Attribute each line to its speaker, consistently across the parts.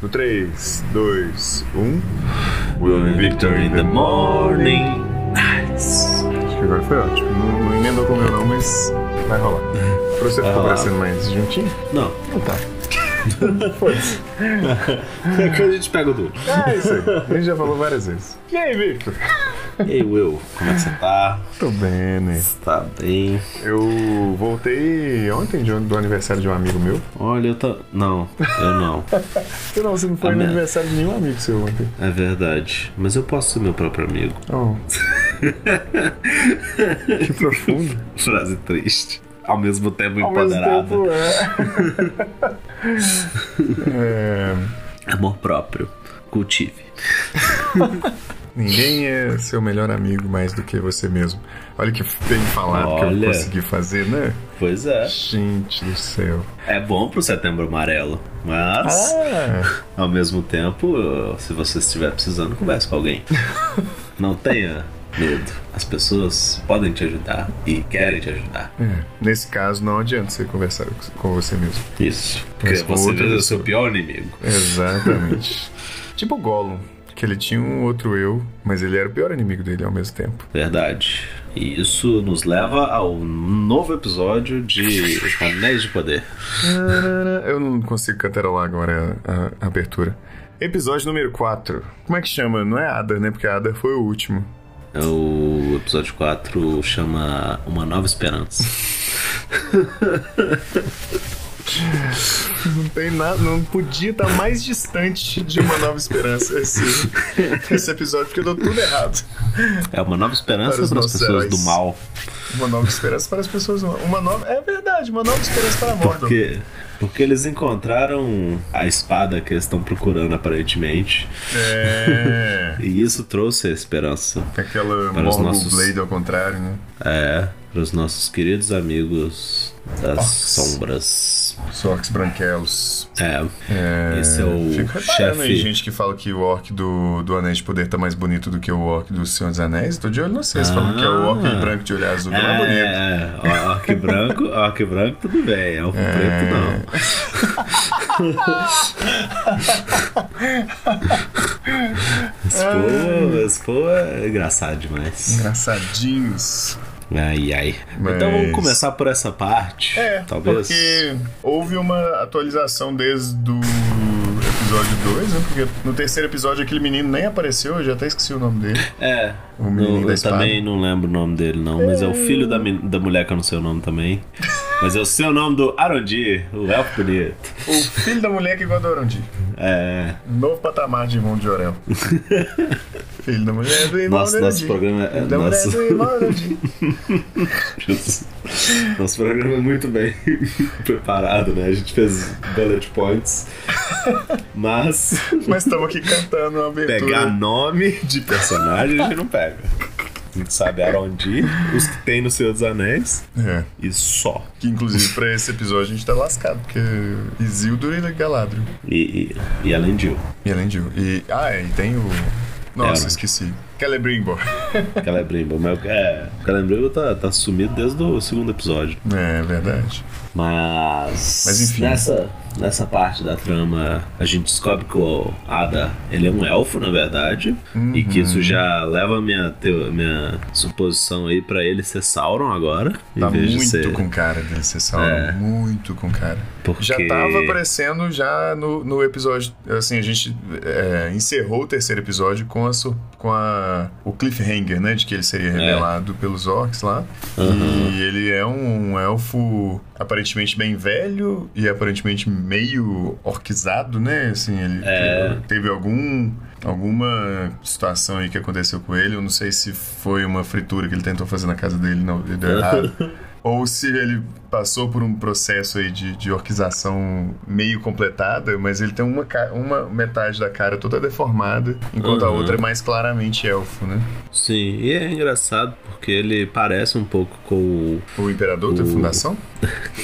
Speaker 1: No um. 3, 2, 1.
Speaker 2: We're victor in the morning. Nice.
Speaker 1: Acho que agora foi ótimo. Não, não emendou com o meu não, mas vai rolar. Pra você ficou parecendo mais juntinho?
Speaker 2: Não,
Speaker 1: Não tá.
Speaker 2: a gente pega o duro.
Speaker 1: É isso aí. A gente já falou várias vezes. E aí, Victor?
Speaker 2: E aí, Will, como é que você tá?
Speaker 1: Tô bem, né?
Speaker 2: Você tá bem?
Speaker 1: Eu voltei ontem de, do aniversário de um amigo meu.
Speaker 2: Olha, eu tô. Não, eu não.
Speaker 1: Eu não, você não foi
Speaker 2: Ah,
Speaker 1: no
Speaker 2: né?
Speaker 1: aniversário de nenhum amigo seu ontem.
Speaker 2: É verdade. Mas eu posso ser meu próprio amigo.
Speaker 1: Oh. que profundo.
Speaker 2: Frase triste. Ao mesmo tempo
Speaker 1: Ao mesmo
Speaker 2: empoderada.
Speaker 1: tempo, é. é.
Speaker 2: Amor próprio. Cultive.
Speaker 1: Ninguém é seu melhor amigo mais do que você mesmo. Olha que bem falado que
Speaker 2: Olha.
Speaker 1: eu consegui fazer, né?
Speaker 2: Pois é.
Speaker 1: Gente do céu.
Speaker 2: É bom pro setembro amarelo. Mas,
Speaker 1: Ah,
Speaker 2: ao mesmo tempo, se você estiver precisando, converse com alguém. Não tenha medo. As pessoas podem te ajudar e querem te ajudar.
Speaker 1: é. Nesse caso, não adianta você conversar com você mesmo.
Speaker 2: Isso. Porque
Speaker 1: Mas com
Speaker 2: você
Speaker 1: outra
Speaker 2: mesmo é o
Speaker 1: pessoa.
Speaker 2: seu pior inimigo.
Speaker 1: Exatamente. tipo o Gollum, que ele tinha um outro eu, mas ele era o pior inimigo dele ao mesmo tempo.
Speaker 2: Verdade. E isso nos leva ao novo episódio de Anéis de Poder.
Speaker 1: Eu não consigo cantarolar agora a, a abertura. Episódio número 4. Como é que chama? Não é Ada, né? Porque a Ada foi o último.
Speaker 2: É O episódio 4 chama Uma Nova Esperança.
Speaker 1: Não tem nada, não podia estar mais distante de uma nova esperança esse, esse episódio, porque deu tudo errado.
Speaker 2: É uma nova esperança
Speaker 1: Para os
Speaker 2: para as
Speaker 1: nossos
Speaker 2: pessoas
Speaker 1: heróis.
Speaker 2: do mal.
Speaker 1: Uma nova esperança para as pessoas. Uma nova. É verdade, uma nova esperança para a morte.
Speaker 2: Porque, porque eles encontraram a espada que eles estão procurando, aparentemente.
Speaker 1: É.
Speaker 2: E isso trouxe a esperança.
Speaker 1: Aquela
Speaker 2: Para os
Speaker 1: Morgul
Speaker 2: nossos-
Speaker 1: Blade ao contrário, né?
Speaker 2: É, para os nossos queridos amigos das sombras.
Speaker 1: Os orcs branquelos.
Speaker 2: É,
Speaker 1: É,
Speaker 2: Esse é o
Speaker 1: Fico reparando aí,
Speaker 2: chefe.
Speaker 1: gente que fala que o orc do, do Anéis de Poder tá mais bonito do que o orc do Senhor dos Anéis. Tô de olho no vocês, falando que é o orc
Speaker 2: Ah.
Speaker 1: branco de olho azul, que é mais bonito.
Speaker 2: é, é, orc branco, orc branco tudo bem, é o preto não. Esse povo- Esse povo é engraçado demais.
Speaker 1: Engraçadinhos.
Speaker 2: Ai, ai.
Speaker 1: Mas-
Speaker 2: Então vamos começar por essa parte.
Speaker 1: É,
Speaker 2: talvez.
Speaker 1: porque houve uma atualização desde o episódio 2, né? Porque no terceiro episódio aquele menino nem apareceu, eu já até esqueci o nome dele.
Speaker 2: É.
Speaker 1: O menino
Speaker 2: eu
Speaker 1: da espada.
Speaker 2: também não lembro o nome dele, não. Mas é o filho da, men- da mulher que eu não sei o nome também. Mas é o seu nome do Arondi, o elfo bonito.
Speaker 1: O filho da mulher que gosta do Orandi.
Speaker 2: É.
Speaker 1: Novo patamar de irmão de Orel. filho da mulher do irmão
Speaker 2: Nossa,
Speaker 1: do
Speaker 2: nosso
Speaker 1: Orandi.
Speaker 2: programa é.
Speaker 1: Da mulher
Speaker 2: nosso-
Speaker 1: do irmão do Orandi.
Speaker 2: Jesus. Nosso programa é muito bem preparado, né? A gente fez bullet points. Mas
Speaker 1: Mas estamos aqui cantando uma abertura.
Speaker 2: pegar nome de personagem a gente não pega. A gente sabe Arondi, os que tem no Senhor dos Anéis
Speaker 1: É.
Speaker 2: e só.
Speaker 1: Que inclusive pra esse episódio a gente tá lascado, porque Isildur e Galadriel.
Speaker 2: E, e, e além de
Speaker 1: E além de. E, ah, é, e tem o. Nossa,
Speaker 2: É.
Speaker 1: esqueci. Celebrimbor.
Speaker 2: Celebrimbor. Mas o- é, o Celebrimbor tá, tá sumido desde o segundo episódio.
Speaker 1: É verdade.
Speaker 2: Mas.
Speaker 1: Mas enfim.
Speaker 2: Nessa, nessa parte da trama, a gente descobre que o Ada ele é um elfo, na verdade. E que
Speaker 1: Uhum.
Speaker 2: isso já leva a minha, teo- minha suposição aí pra ele ser Sauron agora.
Speaker 1: Tá
Speaker 2: em vez de
Speaker 1: muito
Speaker 2: ser.
Speaker 1: com cara desse Sauron,
Speaker 2: É.
Speaker 1: muito com cara.
Speaker 2: Porque-
Speaker 1: Já tava aparecendo já no, no episódio, assim, a gente é, encerrou o terceiro episódio com, a, sur- com a, o cliffhanger, né, de que ele
Speaker 2: É.
Speaker 1: seria revelado pelos orcs lá. E ele é um, elfo aparentemente bem velho e aparentemente meio orquizado, né, assim, ele
Speaker 2: É.
Speaker 1: teve, teve algum... Alguma situação aí que aconteceu com ele, eu não sei se foi uma fritura que ele tentou fazer na casa dele, não, e deu errado. Ou se ele passou por um processo aí de, de orquização meio completada, mas ele tem uma, ca- uma metade da cara toda deformada, enquanto a
Speaker 2: Uhum.
Speaker 1: outra é mais claramente elfo, né?
Speaker 2: Sim, e é engraçado porque ele parece um pouco com o.
Speaker 1: O imperador da
Speaker 2: O-
Speaker 1: fundação?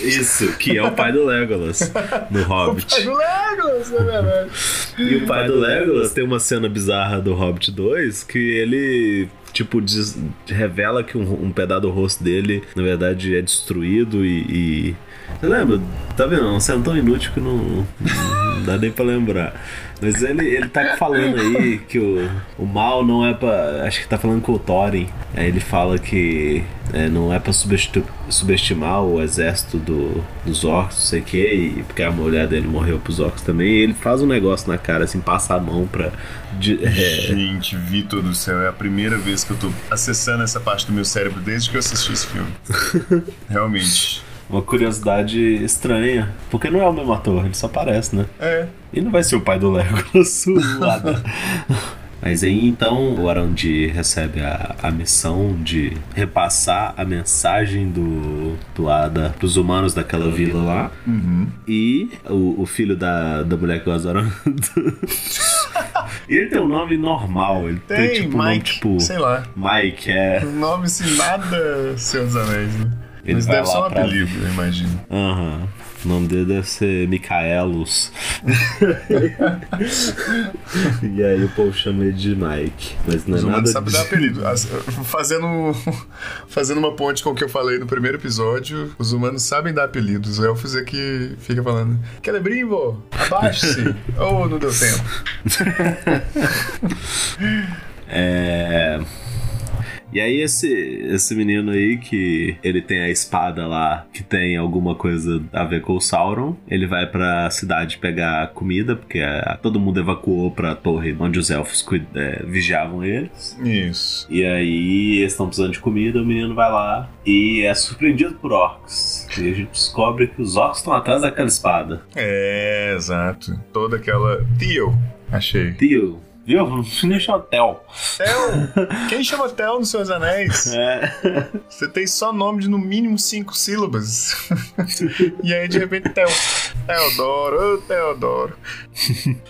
Speaker 2: Isso, que é o pai do Legolas no Hobbit.
Speaker 1: do Legolas, é verdade.
Speaker 2: E o pai do Legolas tem uma cena bizarra do Hobbit 2 que ele tipo, des- revela que um, um pedaço do rosto dele, na verdade, é destruído e. e... Você lembra? Tá vendo? É um cena tão inútil que não, não dá nem pra lembrar. Mas ele, ele tá falando aí que o, o mal não é pra. Acho que tá falando com o Thorin. Aí ele fala que é, não é pra subestitu- subestimar o exército do, dos orcs, não sei o que, porque a mulher dele morreu pros orcs também. E ele faz um negócio na cara, assim, passa a mão pra. de- é,
Speaker 1: Gente, Vitor do céu, é a primeira vez que eu tô acessando essa parte do meu cérebro desde que eu assisti esse filme. Realmente.
Speaker 2: uma curiosidade estranha. Porque não é o mesmo ator, ele só parece, né?
Speaker 1: É.
Speaker 2: E não vai ser o pai do Legolas o Adam. Mas aí então o Arandir recebe a, a missão de repassar a mensagem do, do Ada pros humanos daquela vila lá.
Speaker 1: Uhum.
Speaker 2: E o, o filho da, da mulher que gosta do Arandir. ele tem um nome normal, ele tem,
Speaker 1: Tem,
Speaker 2: tipo um nome
Speaker 1: Mike,
Speaker 2: tipo
Speaker 1: sei lá.
Speaker 2: Mike, é.
Speaker 1: Nome se nada, Senhor dos Anéis, né?
Speaker 2: Ele
Speaker 1: Mas
Speaker 2: vai
Speaker 1: deve
Speaker 2: lá
Speaker 1: ser um
Speaker 2: pra- é
Speaker 1: apelido, eu imagino.
Speaker 2: Aham. O nome dele deve ser Micaelos. e aí o povo chama ele de Mike. Mas não é
Speaker 1: Os humanos
Speaker 2: nada
Speaker 1: sabem
Speaker 2: de...
Speaker 1: dar apelido. As- Fazendo, fazendo uma ponte com o que eu falei no primeiro episódio, os humanos sabem dar apelidos. Os elfos é que fica falando: Celebrimbo, abaixe-se! oh, não deu tempo.
Speaker 2: É... E aí esse, esse menino aí que ele tem a espada lá que tem alguma coisa a ver com o Sauron, ele vai pra cidade pegar comida, porque ah, todo mundo evacuou pra torre onde os elfos cuid- eh, vigiavam eles.
Speaker 1: Isso.
Speaker 2: E aí eles estão precisando de comida, o menino vai lá e é surpreendido por orcs. E a gente descobre que os orcs estão atrás daquela espada.
Speaker 1: É, exato. Toda aquela. Theo, achei.
Speaker 2: Tio, viu? Finish hotel.
Speaker 1: Theo! Quem chama Theo nos seus anéis?
Speaker 2: É.
Speaker 1: Você tem só nome de no mínimo cinco sílabas. e aí, de repente, Theo. Teodoro, ô Teodoro.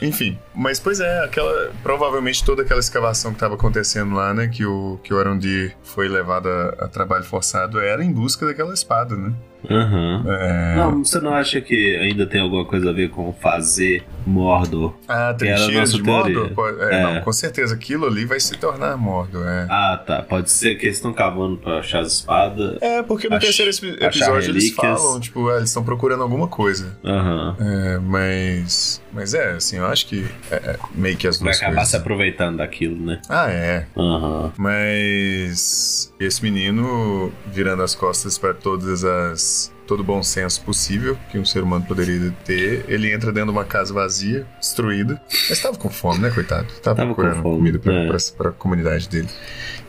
Speaker 1: Enfim, mas pois é, aquela. Provavelmente toda aquela escavação que estava acontecendo lá, né? Que o, que o Arondir foi levado a, a trabalho forçado era em busca daquela espada, né?
Speaker 2: Aham.
Speaker 1: É,
Speaker 2: Não, você não acha que ainda tem alguma coisa a ver com fazer Mordor?
Speaker 1: a
Speaker 2: era a
Speaker 1: trincheira
Speaker 2: nossa
Speaker 1: Ah, de Mordor?
Speaker 2: teoria.
Speaker 1: pode- é,
Speaker 2: É.
Speaker 1: Não, com certeza aquilo ali vai se tornar Mordor, é.
Speaker 2: Ah, tá. Pode ser que eles estão cavando pra achar as espadas.
Speaker 1: É, porque no
Speaker 2: Ach-
Speaker 1: terceiro epi-
Speaker 2: achar
Speaker 1: episódio eles
Speaker 2: relíquias.
Speaker 1: falam, tipo, ah, eles estão procurando alguma coisa.
Speaker 2: Aham.
Speaker 1: É, mas. Mas é, assim, eu acho que é, é, meio que as
Speaker 2: Vai
Speaker 1: duas
Speaker 2: acabar
Speaker 1: coisas.
Speaker 2: se aproveitando daquilo, né?
Speaker 1: Ah, é.
Speaker 2: Aham.
Speaker 1: Mas esse menino virando as costas para todas as todo o bom senso possível que um ser humano poderia ter, ele entra dentro de uma casa vazia, destruída. Mas estava com fome, né, coitado? Tava,
Speaker 2: Tava com
Speaker 1: procurando
Speaker 2: fome,
Speaker 1: comida para
Speaker 2: é.
Speaker 1: a comunidade dele.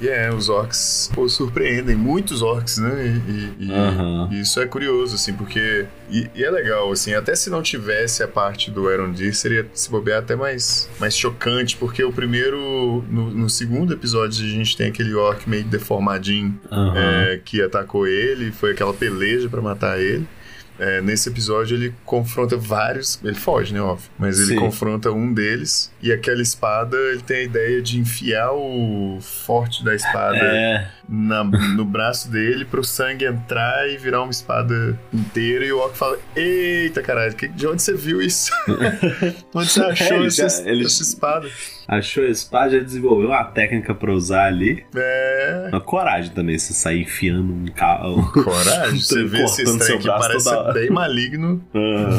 Speaker 1: E é, os orcs pô, surpreendem, muitos orcs, né? E, e- e-
Speaker 2: Aham.
Speaker 1: e isso é curioso, assim, porque. E, e é legal, assim, até se não tivesse a parte do Arondir, seria se bobear até mais, mais chocante, porque o primeiro. No, no segundo episódio, a gente tem aquele orc meio deformadinho
Speaker 2: Aham.
Speaker 1: é, que atacou ele, foi aquela peleja pra matar ele. É, nesse episódio ele confronta vários. Ele foge, né? Óbvio. Mas ele
Speaker 2: Sim.
Speaker 1: confronta um deles. E aquela espada, ele tem a ideia de enfiar o forte da espada
Speaker 2: É.
Speaker 1: na- no braço dele pro sangue entrar e virar uma espada inteira. E o Ock fala: Eita caralho, que- de onde você viu isso? onde você achou
Speaker 2: Ele já-
Speaker 1: essa,
Speaker 2: ele-
Speaker 1: essa espada?
Speaker 2: Achou a espada, já desenvolveu uma técnica pra usar ali.
Speaker 1: É.
Speaker 2: Uma coragem também, você sair enfiando um carro.
Speaker 1: Coragem, você vê esse
Speaker 2: Cortando seu
Speaker 1: estranho que
Speaker 2: braço
Speaker 1: parece
Speaker 2: toda hora. Ah.
Speaker 1: bem maligno.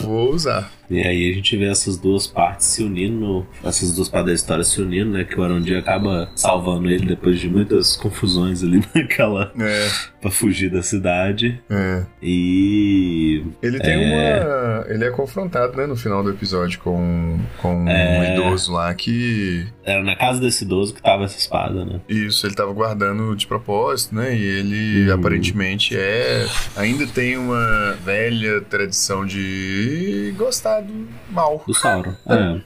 Speaker 1: Vou usar.
Speaker 2: e aí a gente vê essas duas partes se unindo, essas duas partes da história se unindo, né? Que o Arondir acaba salvando ele depois de muitas confusões ali naquela.
Speaker 1: É,
Speaker 2: pra fugir da cidade.
Speaker 1: é.
Speaker 2: E.
Speaker 1: Ele tem
Speaker 2: É.
Speaker 1: uma. Ele é confrontado, né, no final do episódio com, com um
Speaker 2: É.
Speaker 1: idoso lá que.
Speaker 2: Era na casa desse idoso que tava essa espada, né?
Speaker 1: Isso, ele tava guardando de propósito, né? E ele
Speaker 2: Uhum.
Speaker 1: aparentemente é. Ainda tem uma velha tradição de gostar do mal,
Speaker 2: Do Sauron. É.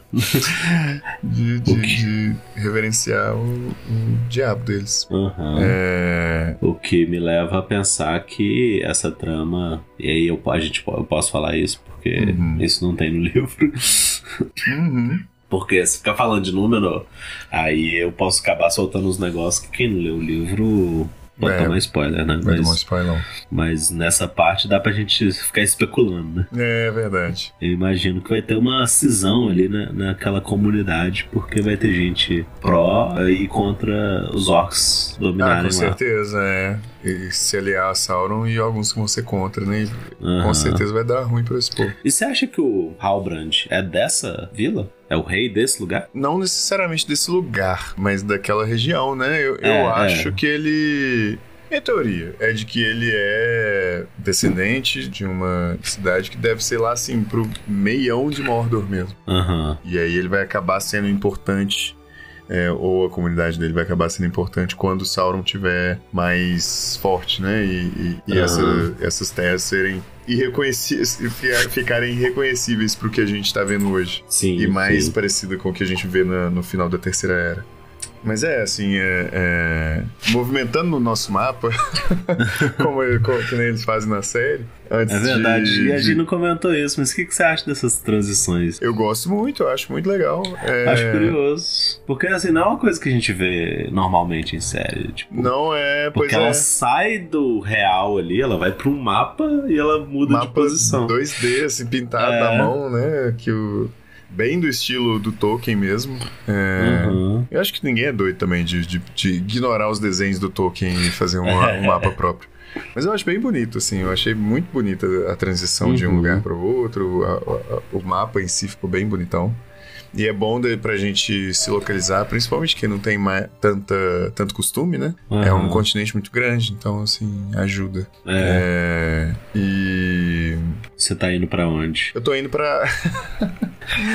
Speaker 1: de, de-
Speaker 2: O quê?
Speaker 1: de reverenciar o, o diabo deles.
Speaker 2: Aham.
Speaker 1: É.
Speaker 2: O que me leva a pensar que essa trama. E aí eu, a gente, eu posso falar isso porque
Speaker 1: Uhum.
Speaker 2: isso não tem no livro.
Speaker 1: Uhum.
Speaker 2: Porque se ficar falando de número, aí eu posso acabar soltando uns negócios que quem não leu o livro Pode tomar spoiler, né?
Speaker 1: É. Vai
Speaker 2: Mas-
Speaker 1: tomar um spoiler.
Speaker 2: mas nessa parte dá pra gente ficar especulando, né?
Speaker 1: É verdade.
Speaker 2: Eu imagino que vai ter uma cisão ali na, naquela comunidade, porque vai ter gente pró e contra os orcs
Speaker 1: Ah,
Speaker 2: dominarem
Speaker 1: com
Speaker 2: lá.
Speaker 1: certeza, é. E se aliar a Sauron e alguns que vão ser contra, né? E
Speaker 2: Aham.
Speaker 1: Com certeza vai dar ruim pra esse povo.
Speaker 2: E você acha que o Halbrand é dessa vila? É o rei desse lugar?
Speaker 1: Não necessariamente desse lugar, mas daquela região, né? Eu, eu
Speaker 2: É,
Speaker 1: acho
Speaker 2: é.
Speaker 1: que ele. Minha teoria é de que ele é descendente de uma cidade que deve ser lá, assim, pro meião de Mordor mesmo.
Speaker 2: Aham.
Speaker 1: E aí ele vai acabar sendo importante, é, ou a comunidade dele vai acabar sendo importante quando o Sauron tiver mais forte, né? E, e- e essa-
Speaker 2: Aham.
Speaker 1: essas terras serem irreconhecíveis, fi- ficarem irreconhecíveis pro que a gente tá vendo hoje.
Speaker 2: Sim.
Speaker 1: E mais
Speaker 2: sim.
Speaker 1: parecida com o que a gente vê na- no final da Terceira Era. Mas é, assim, é- é, movimentando no nosso mapa, como, como que nem eles fazem na série, antes
Speaker 2: É verdade.
Speaker 1: de...
Speaker 2: e a
Speaker 1: de-
Speaker 2: gente não comentou isso, mas o que, que você acha dessas transições?
Speaker 1: Eu gosto muito, eu acho muito legal. É,
Speaker 2: Acho curioso. Porque assim, não é uma coisa que a gente vê normalmente em série. Tipo,
Speaker 1: Não é, pois
Speaker 2: Porque
Speaker 1: é.
Speaker 2: ela sai do real ali, ela vai pro mapa e ela muda de
Speaker 1: Mapa
Speaker 2: posição.
Speaker 1: 2D, assim, pintado
Speaker 2: É.
Speaker 1: na mão, né? Que o... Bem do estilo do Tolkien mesmo. É,
Speaker 2: Uhum.
Speaker 1: Eu acho que ninguém é doido também de, de- de ignorar os desenhos do Tolkien e fazer um, um mapa próprio. Mas eu acho bem bonito, assim. Eu achei muito bonita a transição de um
Speaker 2: Uhum.
Speaker 1: lugar para o outro. a- a- a- o mapa em si ficou bem bonitão. E é bom de, pra gente se localizar, principalmente quem não tem ma- tanta, tanto costume, né? É um
Speaker 2: Aham.
Speaker 1: continente muito grande, então, assim, ajuda.
Speaker 2: É,
Speaker 1: É, e
Speaker 2: Você tá indo pra onde?
Speaker 1: eu tô indo pra.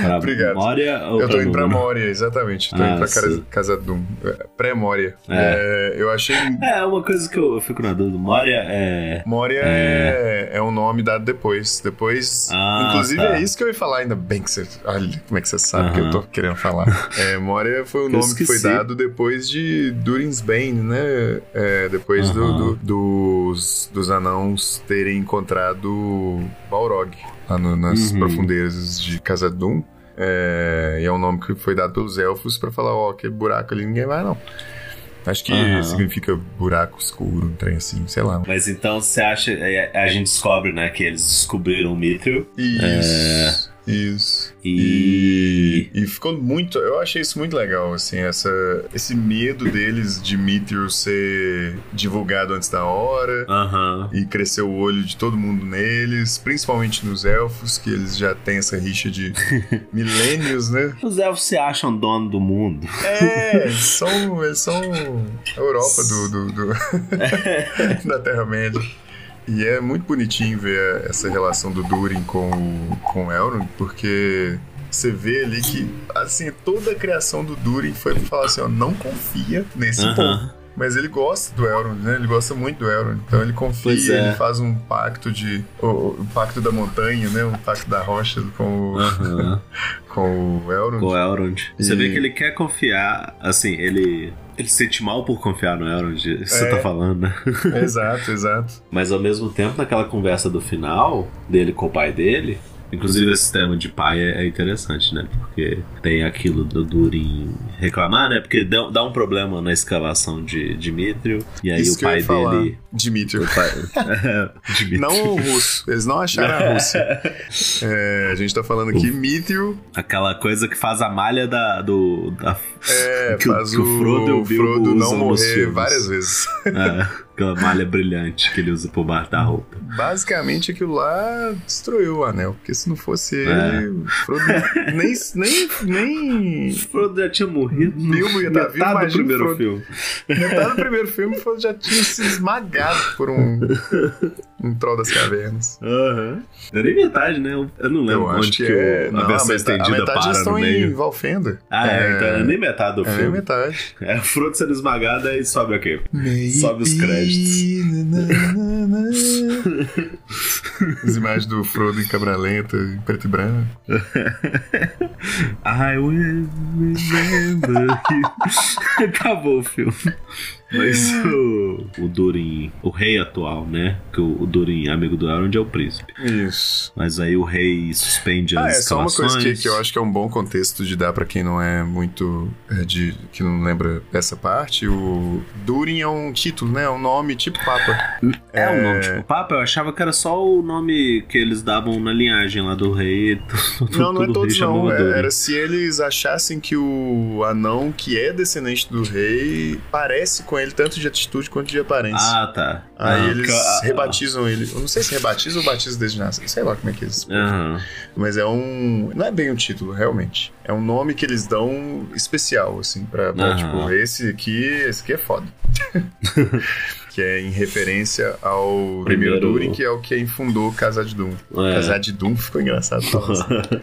Speaker 2: Pra
Speaker 1: Obrigado.
Speaker 2: Mória ou
Speaker 1: eu tô
Speaker 2: pra
Speaker 1: indo pra
Speaker 2: Númenor?
Speaker 1: Moria, exatamente. Tô
Speaker 2: Ah,
Speaker 1: indo pra Cara-
Speaker 2: sim.
Speaker 1: Casadum. é, Pré-Moria.
Speaker 2: É.
Speaker 1: É, eu achei.
Speaker 2: É, uma coisa que eu, eu fico na dúvida. Moria é.
Speaker 1: Moria é... é um nome dado depois. Depois.
Speaker 2: Ah,
Speaker 1: inclusive,
Speaker 2: tá.
Speaker 1: é isso que eu ia falar, ainda bem que você. Olha como é que você sabe que eu
Speaker 2: Aham.
Speaker 1: tô querendo falar. É, Moria foi o
Speaker 2: Eu
Speaker 1: nome que foi
Speaker 2: esqueci.
Speaker 1: dado depois de Durinsbane, né? É, depois do-
Speaker 2: Aham.
Speaker 1: do- dos, dos anãos terem encontrado Balrog lá no- nas
Speaker 2: Uhum.
Speaker 1: profundezas de Casadum. É, e é um nome que foi dado pelos elfos pra falar, ó, aquele buraco ali ninguém vai, não. Acho que
Speaker 2: Aham.
Speaker 1: significa buraco escuro, um trem assim, sei lá.
Speaker 2: Mas então você acha. é, A gente descobre, né, que eles descobriram o Mithril
Speaker 1: Isso. Isso.
Speaker 2: e.
Speaker 1: E ficou muito. Eu achei isso muito legal, assim, essa, esse medo deles de Mithril ser divulgado antes da hora.
Speaker 2: Aham.
Speaker 1: E cresceu o olho de todo mundo neles, principalmente nos elfos, que eles já têm essa rixa de milênios, né?
Speaker 2: Os elfos se acham dono do mundo.
Speaker 1: É, eles são, eles são a um Europa do, do- do- da Terra-média. E é muito bonitinho ver essa relação do Durin com, o- com o Elrond, porque você vê ali que, assim, toda a criação do Durin foi pra falar assim, ó, não confia nesse povo.
Speaker 2: Aham.
Speaker 1: Mas ele gosta do Elrond, né? Ele gosta muito do Elrond. Então ele
Speaker 2: Pois
Speaker 1: confia,
Speaker 2: é.
Speaker 1: ele faz um pacto de... O, o um pacto da montanha, né? Um pacto da rocha com o,
Speaker 2: Aham.
Speaker 1: com o Elrond.
Speaker 2: Com o Elrond. Você
Speaker 1: E-
Speaker 2: vê que ele quer confiar, assim, ele. Ele se sente mal por confiar no Elrond, você
Speaker 1: É.
Speaker 2: tá falando, né?
Speaker 1: Exato, exato.
Speaker 2: Mas ao mesmo tempo, naquela conversa do final dele com o pai dele, inclusive esse tema de pai é, é interessante, né? Porque tem aquilo do Durin reclamar, né? Porque dá, dá um problema na escavação de Dimitrio, e aí
Speaker 1: Isso
Speaker 2: o
Speaker 1: que eu
Speaker 2: pai
Speaker 1: ia falar.
Speaker 2: dele.
Speaker 1: Dimitri.
Speaker 2: O pai... Dimitrio.
Speaker 1: Não o russo. Eles não acharam a Rússia. É, a gente tá falando aqui Mithril.
Speaker 2: Aquela coisa que faz a malha da. Do, da...
Speaker 1: É,
Speaker 2: Que o-
Speaker 1: faz
Speaker 2: que o Frodo e o
Speaker 1: o
Speaker 2: Bilbo
Speaker 1: Frodo não
Speaker 2: usam nos
Speaker 1: morrer
Speaker 2: filmes.
Speaker 1: várias vezes.
Speaker 2: é, aquela malha brilhante que ele usa pro bar da roupa.
Speaker 1: Basicamente, aquilo lá destruiu o anel. Porque se não fosse
Speaker 2: É.
Speaker 1: ele, o Frodo nem... nem, nem...
Speaker 2: Frodo já tinha morrido no
Speaker 1: Bilbo ia tá vivo,
Speaker 2: metade do
Speaker 1: imagina o
Speaker 2: primeiro
Speaker 1: Frodo.
Speaker 2: filme.
Speaker 1: Metade do primeiro filme, o Frodo já tinha se esmagado por um... Um troll das cavernas.
Speaker 2: Aham. Não é nem metade, né? Eu não lembro
Speaker 1: Eu acho
Speaker 2: onde
Speaker 1: que
Speaker 2: que,
Speaker 1: é...
Speaker 2: o-
Speaker 1: não,
Speaker 2: a versão
Speaker 1: a
Speaker 2: estendida
Speaker 1: metade
Speaker 2: para
Speaker 1: estão
Speaker 2: no meio.
Speaker 1: em Valfenda.
Speaker 2: Ah, é, então é nem metade do
Speaker 1: É,
Speaker 2: filme.
Speaker 1: metade.
Speaker 2: É o Frodo sendo esmagado e sobe aqui. Sobe os créditos.
Speaker 1: créditos. As imagens do Frodo em câmera lenta, em preto e branco.
Speaker 2: I will remember you. Acabou o filme. Mas o, o Durin, o rei atual, né? Que o, o Durin, amigo do Elrond, é o príncipe.
Speaker 1: Isso.
Speaker 2: Mas aí o rei suspende
Speaker 1: Ah,
Speaker 2: as
Speaker 1: é só uma coisa que,
Speaker 2: escalações.
Speaker 1: que eu acho que é um bom contexto de dar pra quem não é muito é, de que não lembra essa parte. O Durin é um título, né? É um nome tipo papa.
Speaker 2: É um nome tipo Papa? Eu achava que era só o nome que eles davam na linhagem lá do rei. Tudo,
Speaker 1: Não, não é
Speaker 2: tudo rei
Speaker 1: todos não.
Speaker 2: chamava
Speaker 1: É-
Speaker 2: Durin.
Speaker 1: Era se eles achassem que o anão que é descendente do rei parece com ele tanto de atitude quanto de aparência.
Speaker 2: Ah, tá.
Speaker 1: Aí
Speaker 2: Ah,
Speaker 1: eles
Speaker 2: ca-
Speaker 1: rebatizam ele. Eu não sei se rebatizam ou batizam desde nascer. Sei lá como é que eles.
Speaker 2: Aham.
Speaker 1: Mas é um. Não é bem um título, realmente. É um nome que eles dão especial, assim, pra. pra,
Speaker 2: Aham.
Speaker 1: Tipo, esse aqui. Esse aqui é foda. que é em referência ao primeiro
Speaker 2: Primeiro-
Speaker 1: Durin, que é o quem fundou Casa de Doom.
Speaker 2: É.
Speaker 1: Casa de Doom ficou engraçado falar assim.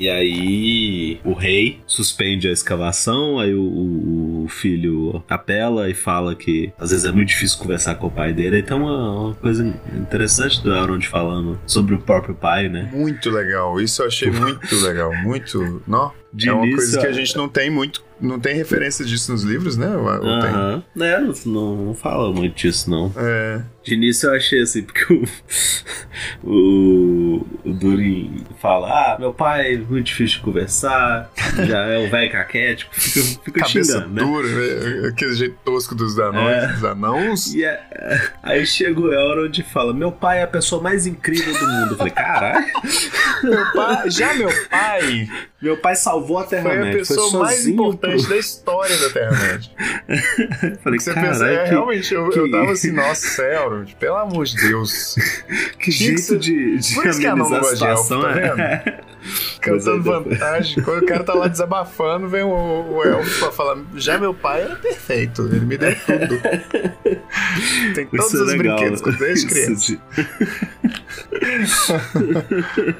Speaker 2: E aí o rei suspende a escavação, aí o, o- o filho apela e fala que às vezes é muito difícil conversar com o pai dele. Então uma, uma coisa interessante do Elrond falando sobre o próprio pai, né?
Speaker 1: Muito legal. Isso eu achei muito legal. Muito. Nó.
Speaker 2: De
Speaker 1: é uma
Speaker 2: início,
Speaker 1: coisa que a
Speaker 2: é-
Speaker 1: gente não tem muito. Não tem referência disso nos livros, né? Ou tem?
Speaker 2: Aham. É, não, não fala muito disso, não.
Speaker 1: É.
Speaker 2: De início eu achei assim, porque o, o, o Durin fala: Ah, meu pai é muito difícil de conversar, já é um velho caquético, fica, fica
Speaker 1: Cabeça
Speaker 2: xingando, né?
Speaker 1: dura, né? aquele jeito tosco dos danões,
Speaker 2: É.
Speaker 1: dos anãos.
Speaker 2: E é- aí chega o Elrond e fala: Meu pai é a pessoa mais incrível do mundo. Eu falei: Caralho,
Speaker 1: Meu pai, já meu pai
Speaker 2: meu pai salvou a
Speaker 1: foi a
Speaker 2: Terra-média. Foi,
Speaker 1: pessoa mais
Speaker 2: sozinho
Speaker 1: importante da hisria da Terra-média.
Speaker 2: Pro... Eu Falei:
Speaker 1: Você pensa, é,
Speaker 2: Caralho,
Speaker 1: realmente, eu,
Speaker 2: que-
Speaker 1: eu tava assim, nossa, sério, pelo amor de Deus.
Speaker 2: que, que jeito
Speaker 1: isso-
Speaker 2: de, de
Speaker 1: Por isso que é a não
Speaker 2: amenizar a
Speaker 1: gosta de elfo,
Speaker 2: situação.
Speaker 1: tá
Speaker 2: é.
Speaker 1: vendo? Cantando
Speaker 2: Mas aí depois-
Speaker 1: vantagem. Quando o cara tá lá desabafando, vem o, o elfo pra falar, já meu pai era perfeito, ele me deu tudo. Tem todos
Speaker 2: Isso é
Speaker 1: os
Speaker 2: legal.
Speaker 1: brinquedos que eu desde
Speaker 2: Isso
Speaker 1: criança.
Speaker 2: de-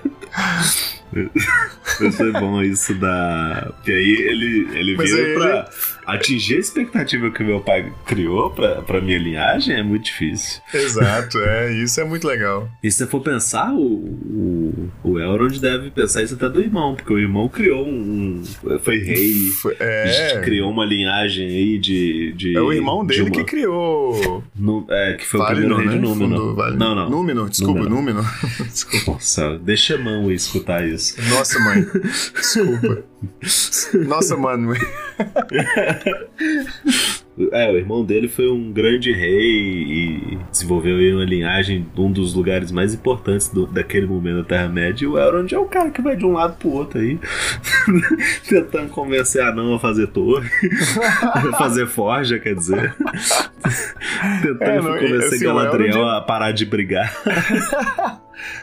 Speaker 2: Mas foi bom isso da. Porque aí ele, ele
Speaker 1: Mas
Speaker 2: veio
Speaker 1: aí
Speaker 2: pra atingir a expectativa que meu pai criou pra, pra minha linhagem é muito difícil.
Speaker 1: Exato, é, isso é muito legal.
Speaker 2: E se você for pensar, o, o, o Elrond deve pensar isso até do irmão, porque o irmão criou um. um- foi rei.
Speaker 1: Foi- é,
Speaker 2: Criou uma linhagem aí de. de
Speaker 1: é o irmão
Speaker 2: de
Speaker 1: dele
Speaker 2: uma-
Speaker 1: que criou.
Speaker 2: Nu- é, que foi o
Speaker 1: Valinor,
Speaker 2: primeiro
Speaker 1: né?
Speaker 2: rei de Númenor.
Speaker 1: Fundou Valinor.
Speaker 2: Não, não.
Speaker 1: Númenor, desculpa, Númenor. Desculpa.
Speaker 2: Nossa, deixa a mão escutar isso.
Speaker 1: Nossa, mãe. Desculpa. Nossa, mano.
Speaker 2: É, o irmão dele foi um grande rei e desenvolveu aí uma linhagem de um dos lugares mais importantes do- daquele momento da Terra-média. E o Elrond é o cara que vai de um lado pro outro aí, tentando convencer a não a fazer torre, a fazer forja, quer dizer. tentando
Speaker 1: É, não,
Speaker 2: convencer
Speaker 1: assim, o
Speaker 2: Galadriel
Speaker 1: Elrond-
Speaker 2: a parar de brigar.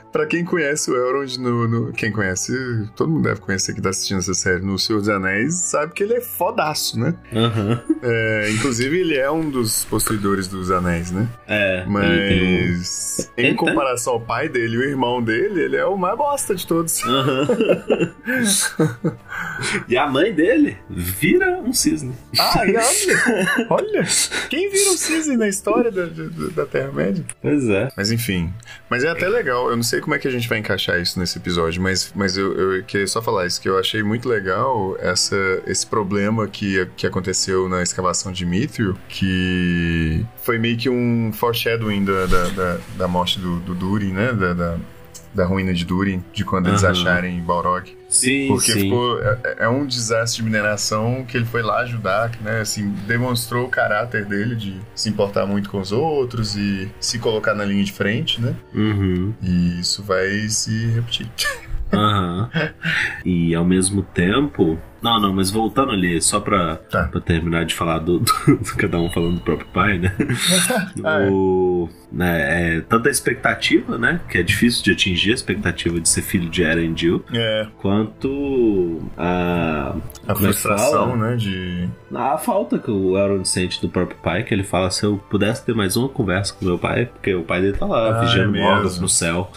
Speaker 1: Pra quem conhece o Elrond, no, no- quem conhece, todo mundo deve conhecer que tá assistindo essa série no Senhor dos Anéis, sabe que ele é fodaço, né?
Speaker 2: Aham.
Speaker 1: É, inclusive, ele é um dos possuidores dos anéis, né?
Speaker 2: É, ele tem um-
Speaker 1: Mas,
Speaker 2: Ele
Speaker 1: em
Speaker 2: tem-
Speaker 1: comparação ao pai dele e o irmão dele, ele é o mais bosta de todos.
Speaker 2: Aham. e a mãe dele vira um cisne.
Speaker 1: Ah, e olha, olha, quem vira um cisne na história da, da- da Terra-média?
Speaker 2: Pois é.
Speaker 1: Mas enfim, mas é até legal, eu não sei como é que a gente vai encaixar isso nesse episódio, mas, mas eu, eu queria só falar isso, que eu achei muito legal essa, esse problema que, que aconteceu na escavação de Mithril, que foi meio que um foreshadowing da, da, da, da morte do, do Durin, né, da... da da ruína de Durin, de quando eles
Speaker 2: Aham.
Speaker 1: acharem Balrog.
Speaker 2: Sim,
Speaker 1: Porque
Speaker 2: sim.
Speaker 1: ficou. É, é um desastre de mineração que ele foi lá ajudar, né? Assim, demonstrou o caráter dele de se importar muito com os outros e se colocar na linha de frente, né?
Speaker 2: Uhum.
Speaker 1: E isso vai se repetir.
Speaker 2: Aham. E ao mesmo tempo. Não, não, mas voltando ali, só pra,
Speaker 1: Tá.
Speaker 2: pra terminar de falar do, do- do cada um falando do próprio pai, né?
Speaker 1: Ah, é.
Speaker 2: O, né, é, tanta expectativa, né? Que é difícil de atingir a expectativa de ser filho de Erendil,
Speaker 1: É,
Speaker 2: quanto a,
Speaker 1: a
Speaker 2: Como é que
Speaker 1: frustração,
Speaker 2: fala?
Speaker 1: né? De.
Speaker 2: a falta que o Elrond sente do próprio pai, que ele fala: se eu pudesse ter mais uma conversa com meu pai, porque o pai dele tá lá
Speaker 1: Ah,
Speaker 2: vigiando
Speaker 1: é
Speaker 2: órgãos
Speaker 1: mesmo.
Speaker 2: no céu.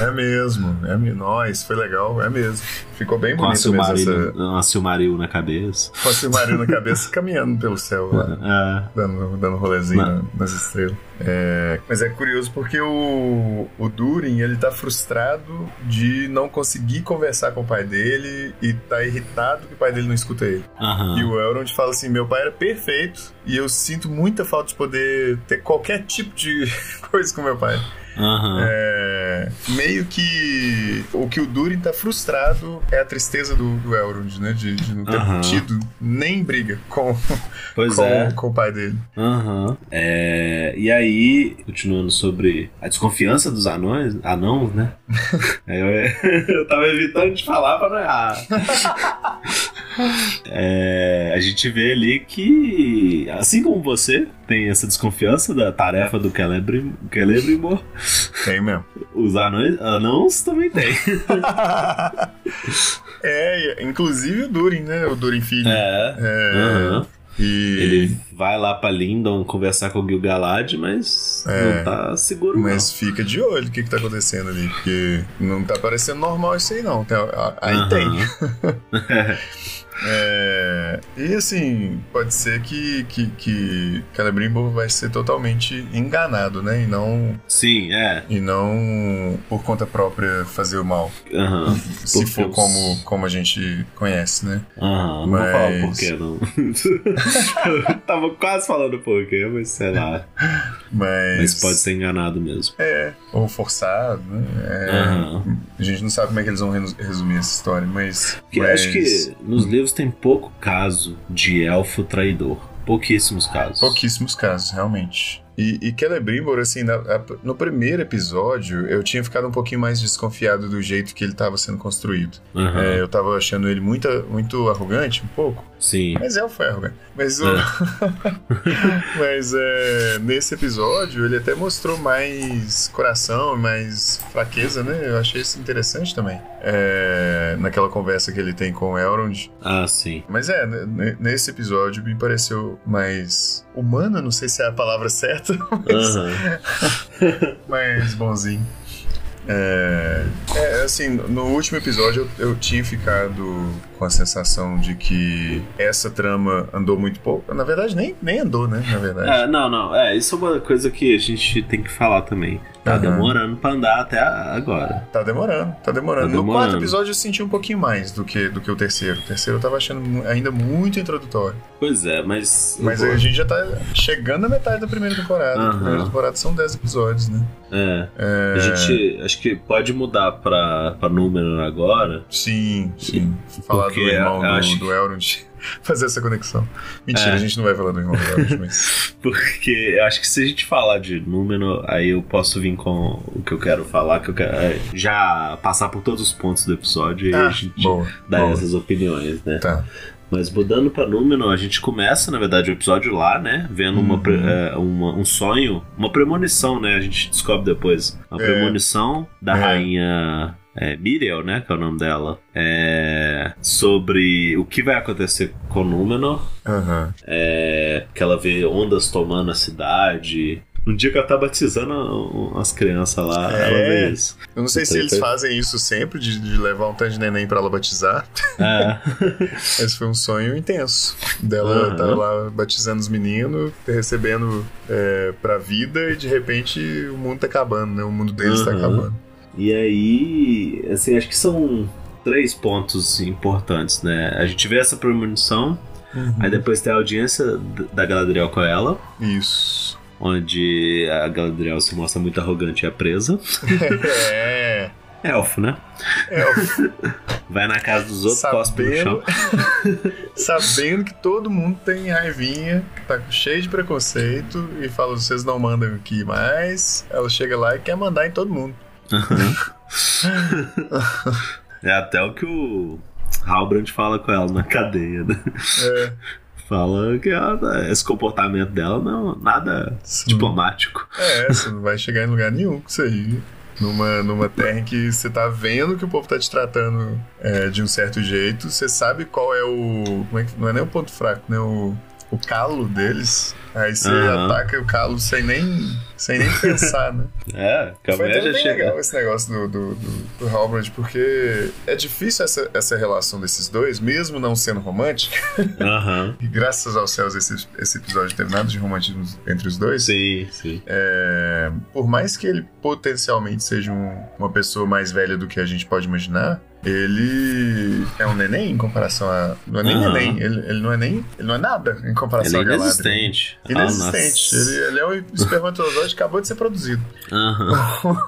Speaker 1: É mesmo, é mesmo. Nós, foi legal, é mesmo. Ficou bem
Speaker 2: Com a
Speaker 1: bonito mesmo
Speaker 2: Silmaril,
Speaker 1: essa.
Speaker 2: uma Silmaril na cabeça.
Speaker 1: Com a Silmaril na cabeça caminhando pelo céu lá.
Speaker 2: Ah,
Speaker 1: dando, dando rolezinho
Speaker 2: Não.
Speaker 1: na- nas estrelas. É, mas é curioso porque o, o Durin, ele tá frustrado de não conseguir conversar com o pai dele e tá irritado que o pai dele não escuta ele.
Speaker 2: Aham.
Speaker 1: E o Elrond fala assim: meu pai era perfeito e eu sinto muita falta de poder ter qualquer tipo de coisa com meu pai.
Speaker 2: Aham.
Speaker 1: É, meio que o que o Durin tá frustrado é a tristeza do, do Elrond, né? De, de não ter
Speaker 2: Aham.
Speaker 1: tido nem briga com,
Speaker 2: Pois
Speaker 1: com,
Speaker 2: é.
Speaker 1: com o pai dele.
Speaker 2: Aham. É, e aí, continuando sobre a desconfiança dos anões, anãos, né? É, eu, eu tava evitando de falar pra não errar. É, a gente vê ali que, assim como você tem essa desconfiança da tarefa do Celebrimbor, Celebrimbor
Speaker 1: Tem É mesmo.
Speaker 2: os anões, anãos também tem.
Speaker 1: é, inclusive o Durin, né? O Durin filho.
Speaker 2: É. Aham.
Speaker 1: E...
Speaker 2: Ele é vai lá pra Lindon conversar com o Gil-galad, mas
Speaker 1: É.
Speaker 2: não tá seguro não.
Speaker 1: Mas fica de olho o que, que tá acontecendo ali, porque não tá parecendo normal isso aí, não. Tem- a- Aí
Speaker 2: Aham.
Speaker 1: tem. É, e assim, pode ser que, que, que Celebrimbor vai ser totalmente enganado, né? E não,
Speaker 2: Sim, é.
Speaker 1: e não por conta própria fazer o mal.
Speaker 2: Aham.
Speaker 1: Se
Speaker 2: Por
Speaker 1: for
Speaker 2: força.
Speaker 1: como, como a gente conhece, né?
Speaker 2: Aham, não
Speaker 1: Mas-
Speaker 2: vou falar o porquê, não. Tava quase falando o porquê, mas sei lá.
Speaker 1: Mas,
Speaker 2: Mas pode ser enganado mesmo.
Speaker 1: É, ou forçado, né? É,
Speaker 2: Aham.
Speaker 1: A gente não sabe como é que eles vão resu- resumir essa história, mas.
Speaker 2: Porque eu
Speaker 1: mas...
Speaker 2: acho que nos livros tem pouco caso de elfo traidor. Pouquíssimos casos.
Speaker 1: Pouquíssimos casos, realmente. E, e Celebrimbor, assim, na- a- no primeiro episódio, eu tinha ficado um pouquinho mais desconfiado do jeito que ele estava sendo construído.
Speaker 2: Aham,
Speaker 1: É, eu tava achando ele muito, muito arrogante, um pouco.
Speaker 2: Sim.
Speaker 1: Mas é o Ferro, Mas, o...
Speaker 2: É.
Speaker 1: mas é, nesse episódio, ele até mostrou mais coração, mais fraqueza, né? Eu achei isso interessante também. É, naquela conversa que ele tem com o Elrond,
Speaker 2: Ah, sim.
Speaker 1: mas é, ne- ne- nesse episódio me pareceu mais humano, não sei se é a palavra certa, mas,
Speaker 2: Aham.
Speaker 1: mas bonzinho. É, é, assim, no último episódio eu, eu tinha ficado com a sensação de que essa trama andou muito pouco. Na verdade, nem, nem andou, né? Na verdade.
Speaker 2: É, não, não. É, isso é uma coisa que a gente tem que falar também. Tá
Speaker 1: Aham.
Speaker 2: demorando pra andar até agora.
Speaker 1: Tá demorando, tá demorando.
Speaker 2: É. Tá
Speaker 1: No quarto
Speaker 2: demorando.
Speaker 1: episódio eu senti um pouquinho mais do que, do que o terceiro. O terceiro eu tava achando mu- ainda muito introdutório.
Speaker 2: Pois é, mas.
Speaker 1: Mas a gente já tá chegando na metade da primeira temporada. A
Speaker 2: Aham.
Speaker 1: primeira temporada são 10 episódios, né?
Speaker 2: É. A gente acho que pode mudar pra, pra número agora.
Speaker 1: Sim, sim. Falar
Speaker 2: Porque
Speaker 1: do irmão
Speaker 2: eu
Speaker 1: do,
Speaker 2: acho
Speaker 1: do Elrond, fazer essa conexão. Mentira,
Speaker 2: É.
Speaker 1: a gente não vai falar do irmão do Elrond, mas.
Speaker 2: Porque eu acho que se a gente falar de número, aí eu posso vir com o que eu quero falar, que eu quero é, já passar por todos os pontos do episódio e a
Speaker 1: Ah,
Speaker 2: gente
Speaker 1: boa.
Speaker 2: dar
Speaker 1: boa.
Speaker 2: essas opiniões, né?
Speaker 1: Tá.
Speaker 2: Mas mudando pra Númenor, a gente começa, na verdade, o episódio lá, né? Vendo uma, pre-
Speaker 1: Uhum.
Speaker 2: é, uma- um sonho, uma premonição, né? A gente descobre depois. Uma
Speaker 1: É.
Speaker 2: premonição da
Speaker 1: É.
Speaker 2: rainha é, Miriel, né? Que é o nome dela. É, sobre o que vai acontecer com Númenor.
Speaker 1: Aham.
Speaker 2: É, que ela vê ondas tomando a cidade. Um dia que ela tá batizando a- as crianças lá,
Speaker 1: É.
Speaker 2: ela vê isso.
Speaker 1: Eu não sei se eles fazem isso sempre, de, de levar um tanto de neném pra ela batizar.
Speaker 2: É.
Speaker 1: Esse foi um sonho intenso. Dela
Speaker 2: Aham.
Speaker 1: tá lá batizando os meninos, recebendo é, pra vida, e de repente o mundo tá acabando, né? O mundo deles tá
Speaker 2: Aham.
Speaker 1: acabando.
Speaker 2: E aí, assim, acho que são três pontos importantes, né? A gente vê essa premonição, aí depois tem a audiência d- da Galadriel com ela,
Speaker 1: Isso.
Speaker 2: onde a Galadriel se mostra muito arrogante e é presa.
Speaker 1: é.
Speaker 2: Elfo, né?
Speaker 1: É o
Speaker 2: Vai na casa dos outros, cospe no chão.
Speaker 1: sabendo que todo mundo tem raivinha, tá cheio de preconceito e fala: vocês não mandam aqui mais. Ela chega lá e quer mandar em todo mundo.
Speaker 2: É até o que o Halbrand fala com ela na cadeia, né?
Speaker 1: É,
Speaker 2: Fala que ela- tá, esse comportamento dela não nada
Speaker 1: isso não-
Speaker 2: diplomático.
Speaker 1: é, você não vai chegar em lugar nenhum com isso aí. Numa, numa terra em que você tá vendo que o povo tá te tratando é, de um certo jeito, você sabe qual é o. como é que- não é nem o ponto fraco, né? O, o calo deles. Aí você
Speaker 2: Aham.
Speaker 1: ataca o calo sem nem, sem nem pensar, né?
Speaker 2: É, que a
Speaker 1: Foi
Speaker 2: mulher
Speaker 1: até
Speaker 2: já
Speaker 1: bem
Speaker 2: chega.
Speaker 1: legal esse negócio do, do, do, do Halbrand, porque é difícil essa, essa relação desses dois, mesmo não sendo romântica,
Speaker 2: Aham.
Speaker 1: e graças aos céus esse, esse episódio teve nada de romantismo entre os dois.
Speaker 2: Sim, sim.
Speaker 1: É, por mais que ele potencialmente seja um- uma pessoa mais velha do que a gente pode imaginar, ele é um neném em comparação a. Não é nem
Speaker 2: Aham.
Speaker 1: neném, ele, ele não é nem. Ele não é nada em
Speaker 2: Ele
Speaker 1: comparação
Speaker 2: é
Speaker 1: a Galadriel.
Speaker 2: inexistente. Ah,
Speaker 1: Inexistente.
Speaker 2: nossa.
Speaker 1: ele, ele é um espermatozoide que acabou de ser produzido.
Speaker 2: é Aham.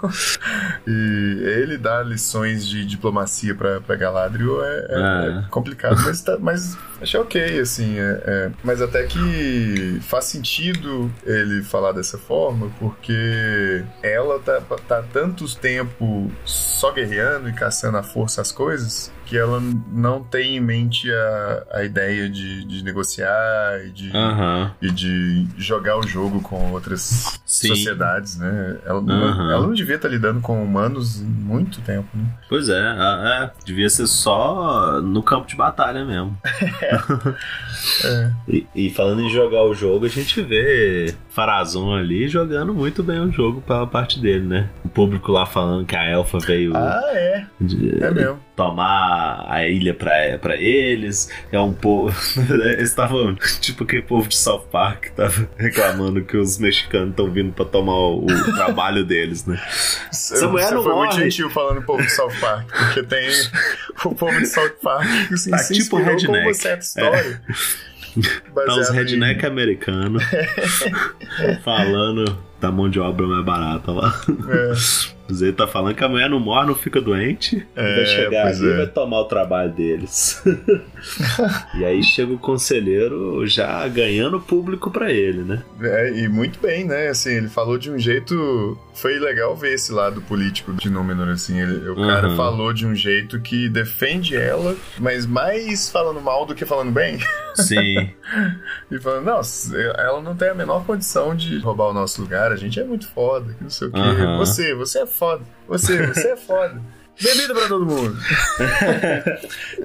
Speaker 1: e ele dar lições de diplomacia pra, pra Galadriel é, é-
Speaker 2: É.
Speaker 1: é complicado, mas, tá- mas achei ok, assim. é- é. Mas até que faz sentido ele falar dessa forma, porque ela tá, tá tanto tempo só guerreando e caçando à força as coisas que ela não tem em mente a, a ideia de, de negociar e de
Speaker 2: Aham.
Speaker 1: e de jogar o jogo com outras
Speaker 2: Sim.
Speaker 1: sociedades, né? Ela, não-
Speaker 2: Aham.
Speaker 1: ela não devia estar lidando com humanos em muito tempo, né?
Speaker 2: Pois é, ah, é, devia ser só no campo de batalha mesmo.
Speaker 1: É.
Speaker 2: E, e falando em jogar o jogo, a gente vê Farazon ali jogando muito bem o jogo pela parte dele, né? O público lá falando que a Elfa veio
Speaker 1: Ah, é.
Speaker 2: de-
Speaker 1: É mesmo.
Speaker 2: tomar a ilha pra, pra eles. É um povo. Eles estavam. Tipo aquele povo de South Park que tava reclamando que os mexicanos estão vindo pra tomar o, o trabalho deles, né? Samuel
Speaker 1: Você
Speaker 2: não
Speaker 1: foi muito
Speaker 2: morre.
Speaker 1: gentil falando o povo de South Park, porque tem o povo de South Park que se,
Speaker 2: Tá
Speaker 1: se
Speaker 2: tipo
Speaker 1: inspirou com
Speaker 2: redneck.
Speaker 1: uma certa história.
Speaker 2: Tá uns
Speaker 1: baseada em-
Speaker 2: redneck americano falando da mão de obra mais barata lá. Mas ele tá falando que a mulher não morre, não fica doente.
Speaker 1: É,
Speaker 2: vai chegar
Speaker 1: pois
Speaker 2: ali e
Speaker 1: é.
Speaker 2: vai tomar o trabalho deles. e aí chega o conselheiro já ganhando público pra ele, né?
Speaker 1: É, e muito bem, né? Assim, ele falou de um jeito. Foi legal ver esse lado político de Númenor, assim. ele- o cara
Speaker 2: Uhum.
Speaker 1: falou de um jeito que defende ela, mas mais falando mal do que falando bem.
Speaker 2: Sim.
Speaker 1: E falando, não, ela não tem a menor condição de roubar o nosso lugar, a gente é muito foda, que não sei o quê.
Speaker 2: Aham.
Speaker 1: Você, você é foda. Você, você é foda. Bebida pra todo mundo.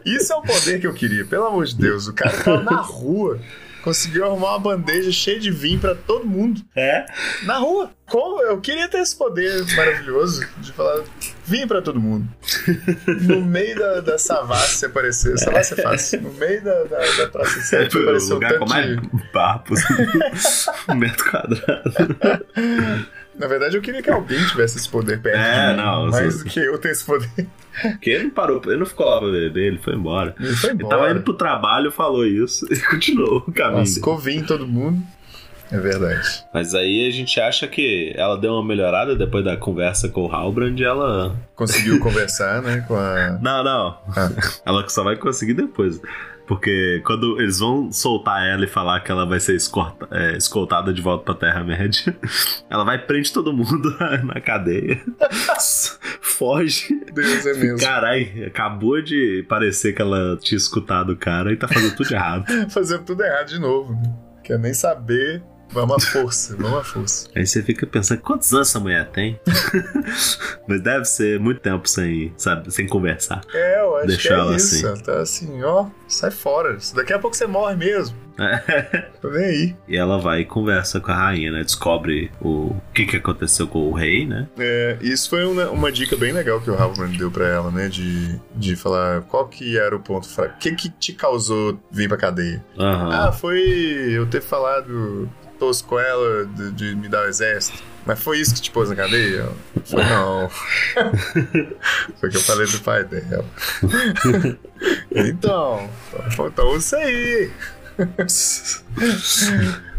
Speaker 1: Isso é o poder que eu queria, pelo amor de Deus. O cara tava na rua, conseguiu arrumar uma bandeja cheia de vinho pra todo mundo.
Speaker 2: É?
Speaker 1: Na rua. Como? Eu queria ter esse poder maravilhoso de falar vinho pra todo mundo. No meio da, da Savassi aparecer. Savassi é fácil. No meio da, da, da Praça Sete
Speaker 2: o
Speaker 1: apareceu um
Speaker 2: Tipo, lugar
Speaker 1: tanto
Speaker 2: com mais
Speaker 1: de...
Speaker 2: bar possível. um metro quadrado.
Speaker 1: Na verdade, eu queria que alguém tivesse esse poder perto.
Speaker 2: É,
Speaker 1: de mim,
Speaker 2: não,
Speaker 1: Mais
Speaker 2: sim.
Speaker 1: do que eu ter esse poder.
Speaker 2: Porque ele não parou, ele não ficou lá pra beber, ele foi embora.
Speaker 1: Ele foi
Speaker 2: Ele tava
Speaker 1: embora.
Speaker 2: indo pro trabalho, falou isso e continuou o caminho. dele.
Speaker 1: Lascou vinho em todo mundo. É verdade.
Speaker 2: Mas aí a gente acha que ela deu uma melhorada depois da conversa com o Halbrand, ela.
Speaker 1: Conseguiu conversar, né, com a...
Speaker 2: Não, não.
Speaker 1: Ah.
Speaker 2: Ela só vai conseguir depois. Porque quando eles vão soltar ela e falar que ela vai ser escorta- é, escoltada de volta pra Terra-média, ela vai e prende todo mundo na, na cadeia. Foge.
Speaker 1: Deus é mesmo.
Speaker 2: Carai, acabou de parecer que ela tinha escutado o cara e tá fazendo tudo de errado.
Speaker 1: Fazendo tudo errado de novo. né? Quer nem saber. Vamos à força, vamos à força.
Speaker 2: Aí você fica pensando, quantos anos essa mulher tem? Mas deve ser muito tempo sem, sabe, sem conversar.
Speaker 1: É, eu acho
Speaker 2: Deixar
Speaker 1: que é
Speaker 2: ela
Speaker 1: isso.
Speaker 2: assim.
Speaker 1: Ela Tá assim, ó, sai fora. Daqui a pouco você morre mesmo.
Speaker 2: É.
Speaker 1: Tô nem aí.
Speaker 2: E ela vai e conversa com a rainha, né? Descobre o, o que, que aconteceu com o rei, né?
Speaker 1: É, isso foi uma, uma dica bem legal que o Halbrand deu pra ela, né? De, de falar qual que era o ponto fraco. O que, que te causou vir pra cadeia?
Speaker 2: Aham.
Speaker 1: Ah, foi eu ter falado tosco com ela de, de me dar o exército. Mas foi isso que te pôs na cadeia? Ela, Foi não. foi que eu falei do pai dela. então, faltou isso aí.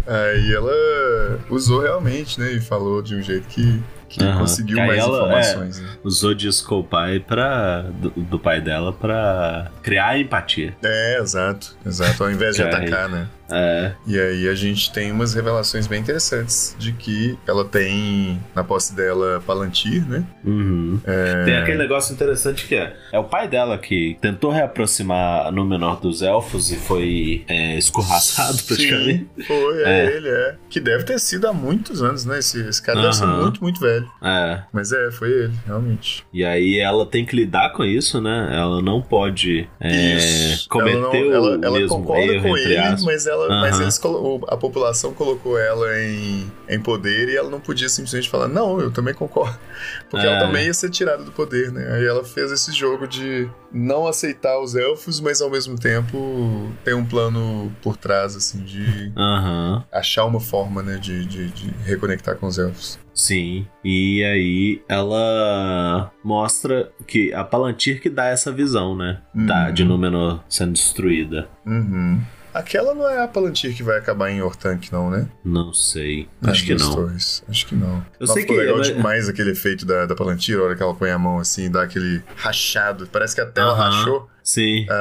Speaker 1: Aí ela usou realmente, né? E falou de um jeito que, que
Speaker 2: Aham.
Speaker 1: conseguiu
Speaker 2: Aí
Speaker 1: mais
Speaker 2: ela, é.
Speaker 1: informações. né?
Speaker 2: Usou disso com o pai pra, do, do pai dela pra criar empatia.
Speaker 1: É, exato, exato. Ao invés de
Speaker 2: Cara,
Speaker 1: atacar, né?
Speaker 2: É.
Speaker 1: E aí a gente tem umas revelações bem interessantes de que ela tem na posse dela Palantir, né?
Speaker 2: Uhum.
Speaker 1: É.
Speaker 2: Tem aquele negócio interessante que é, é o pai dela que tentou reaproximar no menor dos elfos e foi é, escorraçado praticamente.
Speaker 1: Sim, foi, é,
Speaker 2: É.
Speaker 1: ele, é. Que deve ter sido há muitos anos, né? Esse, esse cara deve ser
Speaker 2: Aham.
Speaker 1: muito, muito velho.
Speaker 2: É.
Speaker 1: Mas é, foi ele, realmente.
Speaker 2: E aí ela tem que lidar com isso, né? Ela não pode é,
Speaker 1: Isso.
Speaker 2: cometer
Speaker 1: ela não, ela,
Speaker 2: o
Speaker 1: ela
Speaker 2: É, mesmo
Speaker 1: concorda
Speaker 2: erro,
Speaker 1: com
Speaker 2: entre
Speaker 1: ele,
Speaker 2: aspas.
Speaker 1: mas ela, uhum. mas eles, a população colocou ela em, em poder e ela não podia simplesmente falar, não, eu também concordo. Porque é.
Speaker 2: Ah.
Speaker 1: ela também ia ser tirada do poder, né? Aí ela fez esse jogo de não aceitar os elfos, mas ao mesmo tempo tem um plano por trás, assim, de
Speaker 2: uhum.
Speaker 1: achar uma forma, né, de, de, de reconectar com os elfos.
Speaker 2: Sim. E aí ela mostra que a Palantir que dá essa visão, né? Uhum. Tá, de Númenor sendo destruída.
Speaker 1: Hum. Uhum. Aquela não é a Palantir que vai acabar em Ortank, não, né?
Speaker 2: Não sei. Nas
Speaker 1: É,
Speaker 2: Acho que não.
Speaker 1: Torres. Acho que não. Eu Mas sei ficou que
Speaker 2: é, né?
Speaker 1: legal ela... demais aquele efeito da, da Palantir, a hora que ela põe a mão assim, dá aquele rachado. Parece que a tela uhum. rachou.
Speaker 2: Sim.
Speaker 1: A,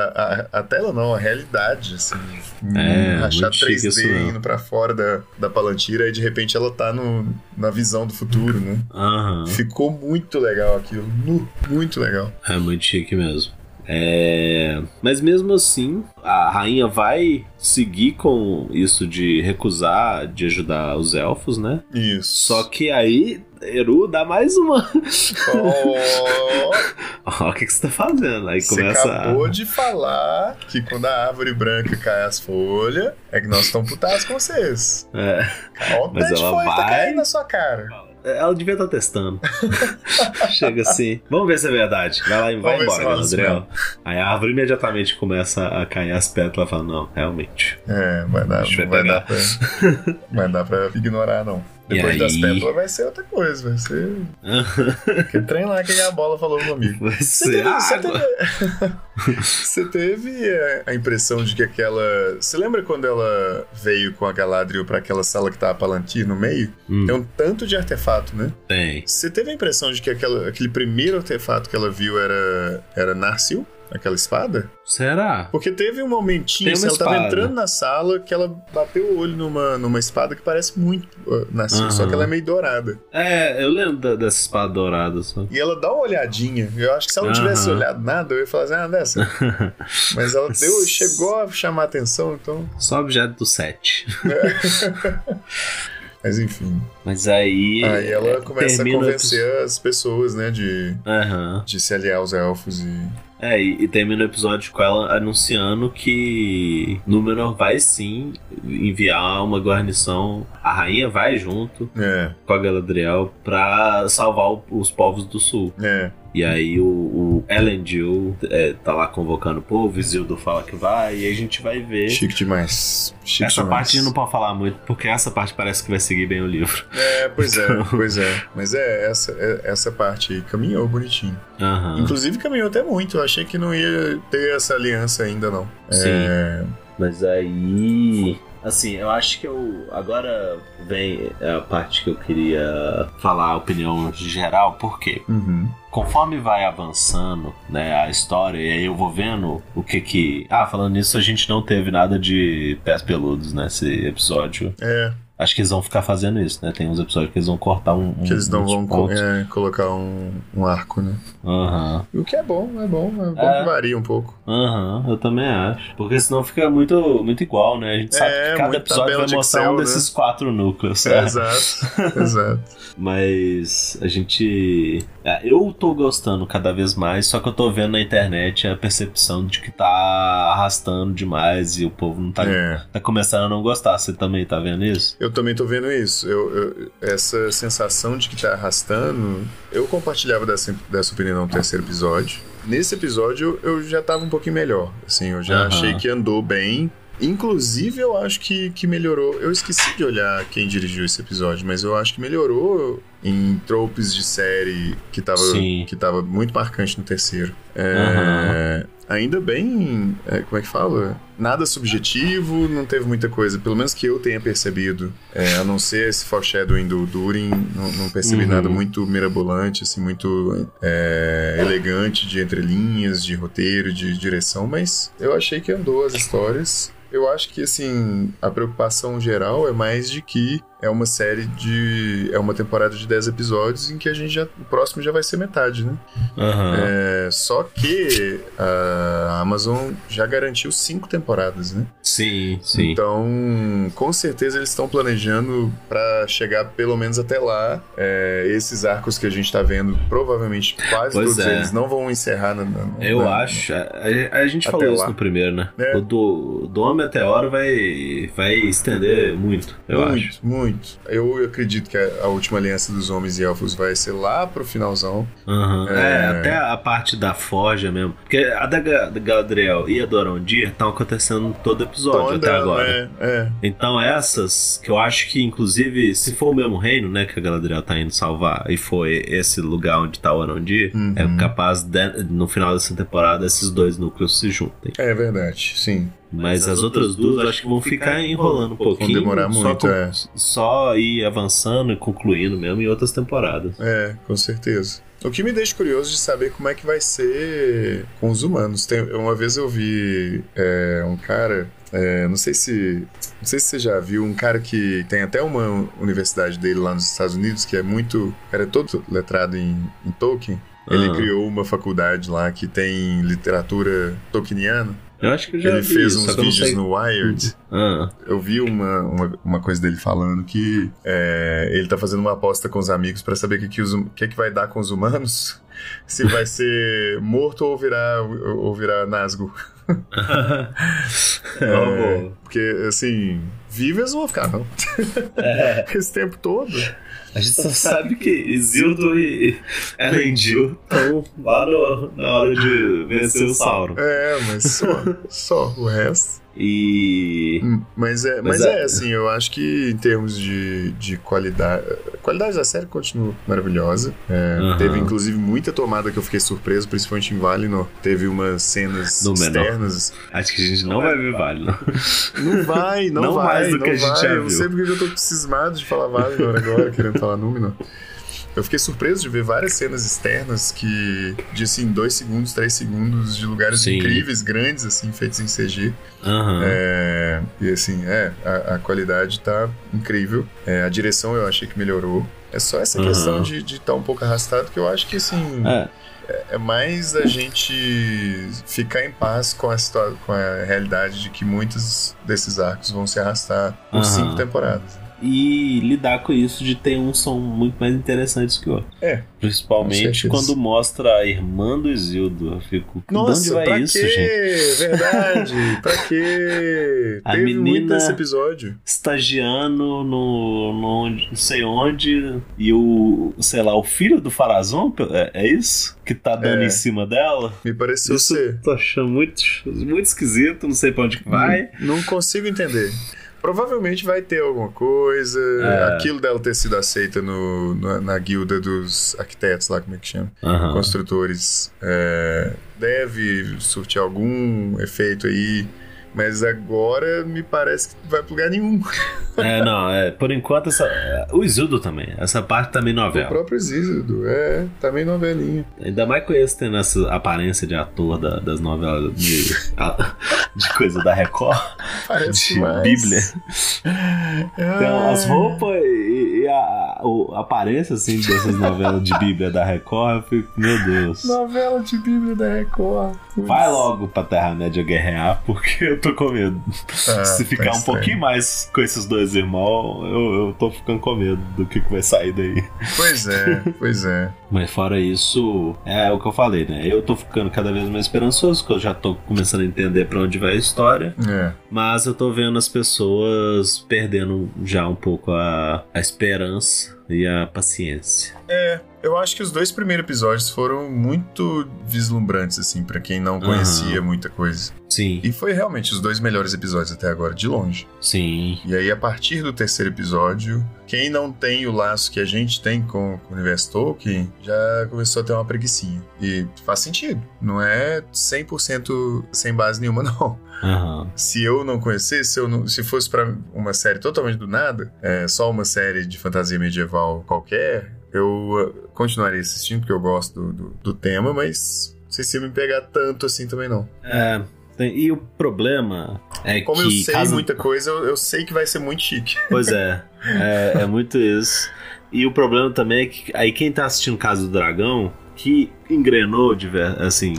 Speaker 1: a, a, tela não, a realidade, assim. É, achar 3D indo pra fora da, da Palantir, e de repente ela tá no, na visão do futuro, né?
Speaker 2: Uhum.
Speaker 1: Ficou muito legal aquilo. Muito legal.
Speaker 2: É muito chique mesmo. É... Mas mesmo assim, a rainha vai seguir com isso de recusar de ajudar os elfos, né?
Speaker 1: Isso.
Speaker 2: Só que aí Eru dá mais uma.
Speaker 1: Oh.
Speaker 2: oh, o que, que você tá fazendo? Aí você começa.
Speaker 1: acabou a... de falar que quando a árvore branca cai as folhas, é que nós estamos putados com vocês.
Speaker 2: É.
Speaker 1: Olha o Mas ela folha, vai... tá caindo na sua cara.
Speaker 2: Ela devia estar testando. Chega assim. Vamos ver se é verdade. Vai lá e vai Vamos é embora, Galadriel. Aí a árvore imediatamente começa a cair as pétalas. Fala, não, realmente.
Speaker 1: É, vai dar, vai, vai dar pra. vai dar pra ignorar, não. Depois das pétalas vai ser outra coisa, vai ser. que trem lá que a bola falou comigo.
Speaker 2: Você é teve,
Speaker 1: você teve, você teve é, a impressão de que aquela. Você lembra quando ela veio com a Galadriel para aquela sala que tá a Palantir no meio? Hum. Tem um tanto de artefato, né?
Speaker 2: Tem.
Speaker 1: Você teve a impressão de que aquela, aquele primeiro artefato que ela viu era, era Narsil? Aquela espada?
Speaker 2: Será?
Speaker 1: Porque teve um momentinho, assim, ela espada. tava entrando na sala que ela bateu o olho numa, numa espada que parece muito uh, nascida, uhum. só que ela é meio dourada.
Speaker 2: É, eu lembro da, dessa espada dourada só.
Speaker 1: E ela dá uma olhadinha. Eu acho que se ela não uhum. tivesse olhado nada, eu ia falar assim, ah, dessa. Mas ela deu, chegou a chamar a atenção, então.
Speaker 2: Só objeto do set.
Speaker 1: É. Mas enfim.
Speaker 2: Mas aí.
Speaker 1: Aí
Speaker 2: é,
Speaker 1: ela começa a convencer outros... as pessoas, né? De,
Speaker 2: uhum.
Speaker 1: de se aliar aos elfos e.
Speaker 2: É, e, e termina o episódio com ela anunciando que Númenor vai sim enviar uma guarnição. A rainha vai junto
Speaker 1: é.
Speaker 2: com a Galadriel pra salvar o, os povos do sul.
Speaker 1: É.
Speaker 2: E aí o, o Elendil é, tá lá convocando o povo, Isildur fala que vai, e aí a gente vai ver.
Speaker 1: Chique demais. Chique
Speaker 2: essa
Speaker 1: demais.
Speaker 2: parte não pode falar muito, porque essa parte parece que vai seguir bem o livro.
Speaker 1: É, pois então... é, pois é. Mas é, essa, é, essa parte aí caminhou bonitinho.
Speaker 2: Uhum.
Speaker 1: Inclusive caminhou até muito, eu achei que não ia ter essa aliança ainda não.
Speaker 2: Sim.
Speaker 1: É...
Speaker 2: Mas aí assim, eu acho que eu. Agora vem a parte que eu queria falar a opinião geral, por quê?
Speaker 1: Uhum.
Speaker 2: Conforme vai avançando né, a história, e aí eu vou vendo o que que. Ah, falando nisso, a gente não teve nada de pés peludos nesse episódio.
Speaker 1: É.
Speaker 2: Acho que eles vão ficar fazendo isso, né? Tem uns episódios que eles vão cortar um.
Speaker 1: que eles não vão co é, colocar um, um, arco, né?
Speaker 2: Aham.
Speaker 1: Uhum. O que é bom, é bom. É bom é. que varia um pouco.
Speaker 2: Aham, uhum, eu também acho. Porque senão fica muito, muito igual, né? A gente
Speaker 1: É,
Speaker 2: sabe que cada episódio vai mostrar Excel, um né? desses quatro núcleos.
Speaker 1: Exato, exato.
Speaker 2: Mas a gente. é, Eu tô gostando cada vez mais, só que eu tô vendo na internet a percepção de que tá arrastando demais e o povo não
Speaker 1: É.
Speaker 2: tá, tá começando a não gostar. Você também tá vendo isso?
Speaker 1: Eu também tô vendo isso. Eu, eu, essa sensação de que tá arrastando, eu compartilhava dessa, dessa opinião no terceiro episódio. Nesse episódio eu já tava um pouquinho melhor. Assim, eu já uhum. achei que andou bem. Inclusive, eu acho que, que melhorou. Eu esqueci de olhar quem dirigiu esse episódio, mas eu acho que melhorou em tropes de série que tava, Sim. que tava muito marcante no terceiro. É, uhum ainda bem. como é que fala? Nada subjetivo, não teve muita coisa, pelo menos que eu tenha percebido. É, a não ser esse foreshadowing do Durin, não, não percebi uhum. nada muito mirabolante, assim, muito é, elegante de entrelinhas, de roteiro, de direção, mas eu achei que andou as histórias. Eu acho que, assim, a preocupação geral é mais de que é uma série de. É uma temporada de 10 episódios em que a gente já. O próximo já vai ser metade, né?
Speaker 2: Aham.
Speaker 1: É, só que a Amazon já garantiu cinco temporadas, né?
Speaker 2: Sim, sim.
Speaker 1: Então, com certeza eles estão planejando para chegar pelo menos até lá. É, esses arcos que a gente tá vendo, provavelmente quase
Speaker 2: Pois
Speaker 1: todos
Speaker 2: é.
Speaker 1: eles não vão encerrar. Na, na-
Speaker 2: Eu
Speaker 1: na-
Speaker 2: acho. é, A, a gente
Speaker 1: é. Até
Speaker 2: falou isso
Speaker 1: lá.
Speaker 2: no primeiro, né?
Speaker 1: É.
Speaker 2: O do, do Homem Meteoro vai, vai estender muito, eu
Speaker 1: muito,
Speaker 2: acho.
Speaker 1: muito. Eu acredito que a, a última aliança dos homens e elfos vai ser lá pro finalzão.
Speaker 2: Aham. É.
Speaker 1: É.
Speaker 2: até a parte da forja mesmo. Porque a da, Ga- da Galadriel e a do Arondir estão acontecendo em todo
Speaker 1: Tão
Speaker 2: episódio até
Speaker 1: andando,
Speaker 2: agora.
Speaker 1: né? É.
Speaker 2: Então essas, que eu acho que inclusive, se for o mesmo reino, né, que a Galadriel tá indo salvar, e foi esse lugar onde tá o Arondir,
Speaker 1: Uhum.
Speaker 2: é capaz, de- no final dessa temporada, esses dois núcleos se juntem.
Speaker 1: É verdade, sim.
Speaker 2: Mas as, outras duas eu acho que vão ficar enrolando um pouquinho.
Speaker 1: demorar
Speaker 2: só
Speaker 1: muito,
Speaker 2: com-
Speaker 1: é.
Speaker 2: Só ir avançando e concluindo mesmo em outras temporadas.
Speaker 1: É, com certeza. O que me deixa curioso de saber como é que vai ser com os humanos. Tem- uma vez eu vi é, um cara, é, não sei se. Não sei se você já viu, um cara que tem até uma universidade dele lá nos Estados Unidos, que é muito. o cara é todo letrado em, em Tolkien. Ele
Speaker 2: Ah.
Speaker 1: criou uma faculdade lá que tem literatura tolkieniana.
Speaker 2: Eu acho que eu já
Speaker 1: ele
Speaker 2: vi
Speaker 1: fez
Speaker 2: isso, só
Speaker 1: uns
Speaker 2: que eu não
Speaker 1: vídeos
Speaker 2: sei-
Speaker 1: no Wired.
Speaker 2: Ah,
Speaker 1: Eu vi uma, uma, uma coisa dele falando que é, ele tá fazendo uma aposta com os amigos pra saber o que, que, os hum- o que, que vai dar com os humanos. Se vai ser morto ou virar, ou virar Nazgûl.
Speaker 2: é,
Speaker 1: É,
Speaker 2: bom.
Speaker 1: porque, assim, vivos não vão ficar, não.
Speaker 2: É.
Speaker 1: Esse tempo todo.
Speaker 2: A gente só sabe que Isildur e Elendil estão lá no- na hora de vencer o Sauron.
Speaker 1: É, mas só, só o resto.
Speaker 2: E.
Speaker 1: Mas é, mas
Speaker 2: Mas
Speaker 1: é,
Speaker 2: é.
Speaker 1: assim, eu acho que em termos de, de qualidade. A qualidade da série continua maravilhosa. É,
Speaker 2: Aham.
Speaker 1: Teve, inclusive, muita tomada que eu fiquei surpreso, principalmente em Valinor. Teve umas cenas
Speaker 2: No menor.
Speaker 1: externas.
Speaker 2: Acho que a gente não vai ver Vale, né? não.
Speaker 1: Não vai, não,
Speaker 2: Não
Speaker 1: vai.
Speaker 2: mais do
Speaker 1: não
Speaker 2: que a gente
Speaker 1: vai.
Speaker 2: já
Speaker 1: eu não
Speaker 2: viu.
Speaker 1: sei porque eu tô cismado de falar Valinor agora, querendo falar Númenor. Eu fiquei surpreso de ver várias cenas externas que, de assim, dois segundos, três segundos, de lugares
Speaker 2: Sim.
Speaker 1: incríveis, grandes, assim, feitos em CG.
Speaker 2: Aham.
Speaker 1: É, e assim, é, a, a qualidade tá incrível. É, a direção eu achei que melhorou. É só essa
Speaker 2: Aham.
Speaker 1: questão de estar um pouco arrastado, que eu acho que assim,
Speaker 2: É.
Speaker 1: é mais a gente ficar em paz com a, situa- com a realidade de que muitos desses arcos vão se arrastar por
Speaker 2: Aham.
Speaker 1: cinco temporadas.
Speaker 2: E lidar com isso de ter um som muito mais interessante que o outro.
Speaker 1: É. Com
Speaker 2: Principalmente
Speaker 1: certeza.
Speaker 2: quando mostra a irmã do Isildur. Eu fico. de onde vai
Speaker 1: pra
Speaker 2: isso,
Speaker 1: quê?
Speaker 2: gente?
Speaker 1: Verdade! pra quê?
Speaker 2: A
Speaker 1: Teve muito
Speaker 2: menina-
Speaker 1: esse episódio.
Speaker 2: Estagiando no, no onde- não sei onde. E o. sei lá, o filho do Farazon? É, é isso? Que tá dando
Speaker 1: É.
Speaker 2: em cima dela?
Speaker 1: Me pareceu
Speaker 2: Isso
Speaker 1: ser.
Speaker 2: Tô achando muito, muito esquisito, não sei pra onde que vai.
Speaker 1: Não consigo entender. Provavelmente vai ter alguma coisa.
Speaker 2: É.
Speaker 1: Aquilo dela ter sido aceita no, na, na guilda dos arquitetos lá, como é que chama?
Speaker 2: Aham.
Speaker 1: Construtores. É, deve surtir algum efeito aí. Mas agora me parece que não vai pra lugar nenhum.
Speaker 2: É, não, é, por enquanto essa. O Isildo também. Essa parte também
Speaker 1: O
Speaker 2: novela.
Speaker 1: próprio Zízido, é, tá meio novelinha.
Speaker 2: Ainda mais com esse tendo essa aparência de ator da- das novelas de, a- de coisa da Record,
Speaker 1: Parece
Speaker 2: de
Speaker 1: mais.
Speaker 2: Bíblia. Então,
Speaker 1: Ah,
Speaker 2: as roupas e, e a, o- a aparência assim dessas novelas de Bíblia da Record, eu fico, meu Deus.
Speaker 1: Novela de Bíblia da Record. Putz.
Speaker 2: Vai logo pra Terra-média guerrear, porque eu tô com medo.
Speaker 1: Ah,
Speaker 2: Se
Speaker 1: tá
Speaker 2: ficar um
Speaker 1: estranho.
Speaker 2: pouquinho mais com esses dois irmãos, eu, eu tô ficando com medo do que, que vai sair daí.
Speaker 1: Pois é, pois é.
Speaker 2: Mas fora isso, é o que eu falei, né? Eu tô ficando cada vez mais esperançoso, porque eu já tô começando a entender pra onde vai a história.
Speaker 1: É.
Speaker 2: Mas eu tô vendo as pessoas perdendo já um pouco a, a esperança e a paciência.
Speaker 1: É, eu acho que os dois primeiros episódios foram muito vislumbrantes, assim, pra quem não conhecia muita coisa.
Speaker 2: Sim,
Speaker 1: E foi realmente os dois melhores episódios até agora, de longe.
Speaker 2: sim.
Speaker 1: E aí, a partir do terceiro episódio, quem não tem o laço que a gente tem com, com o universo Tolkien já começou a ter uma preguiçinha. E faz sentido. Não é 100% sem base nenhuma, não.
Speaker 2: Aham.
Speaker 1: Se eu não conhecesse, se, eu não- se fosse pra uma série totalmente do nada, é, só uma série de fantasia medieval qualquer, eu eh, continuaria assistindo, porque eu gosto do, do, do tema, mas não sei se ia me pegar tanto assim também não.
Speaker 2: É, tem- e o problema É
Speaker 1: Como
Speaker 2: que
Speaker 1: eu sei
Speaker 2: casa-
Speaker 1: muita coisa, eu, eu sei que vai ser muito chique.
Speaker 2: Pois é, é, é muito isso. E o problema também é que aí quem tá assistindo Casa do Dragão, que engrenou, de ver- assim,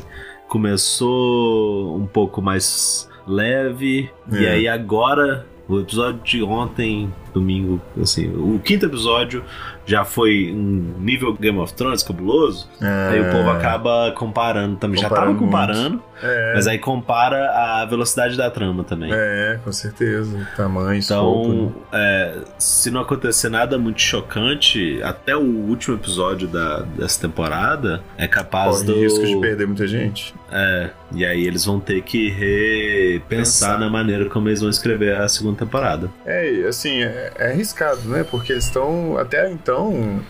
Speaker 2: começou um pouco mais leve, e
Speaker 1: É.
Speaker 2: aí agora, o episódio de ontem, domingo, assim, o quinto episódio já foi um nível Game of Thrones cabuloso, aí o povo acaba comparando também. já
Speaker 1: É. Comparando
Speaker 2: tava comparando,
Speaker 1: É,
Speaker 2: mas aí compara a velocidade da trama também.
Speaker 1: é, com certeza. Tamanho, escopo. né?
Speaker 2: Então, é, se não acontecer nada muito chocante, até o último episódio da, dessa temporada é capaz
Speaker 1: Corre
Speaker 2: do.
Speaker 1: risco de perder muita gente.
Speaker 2: É, e aí eles vão ter que repensar
Speaker 1: Pensar.
Speaker 2: na maneira como eles vão escrever a segunda temporada.
Speaker 1: É, e, assim, é, é arriscado, né? Porque eles estão, até então,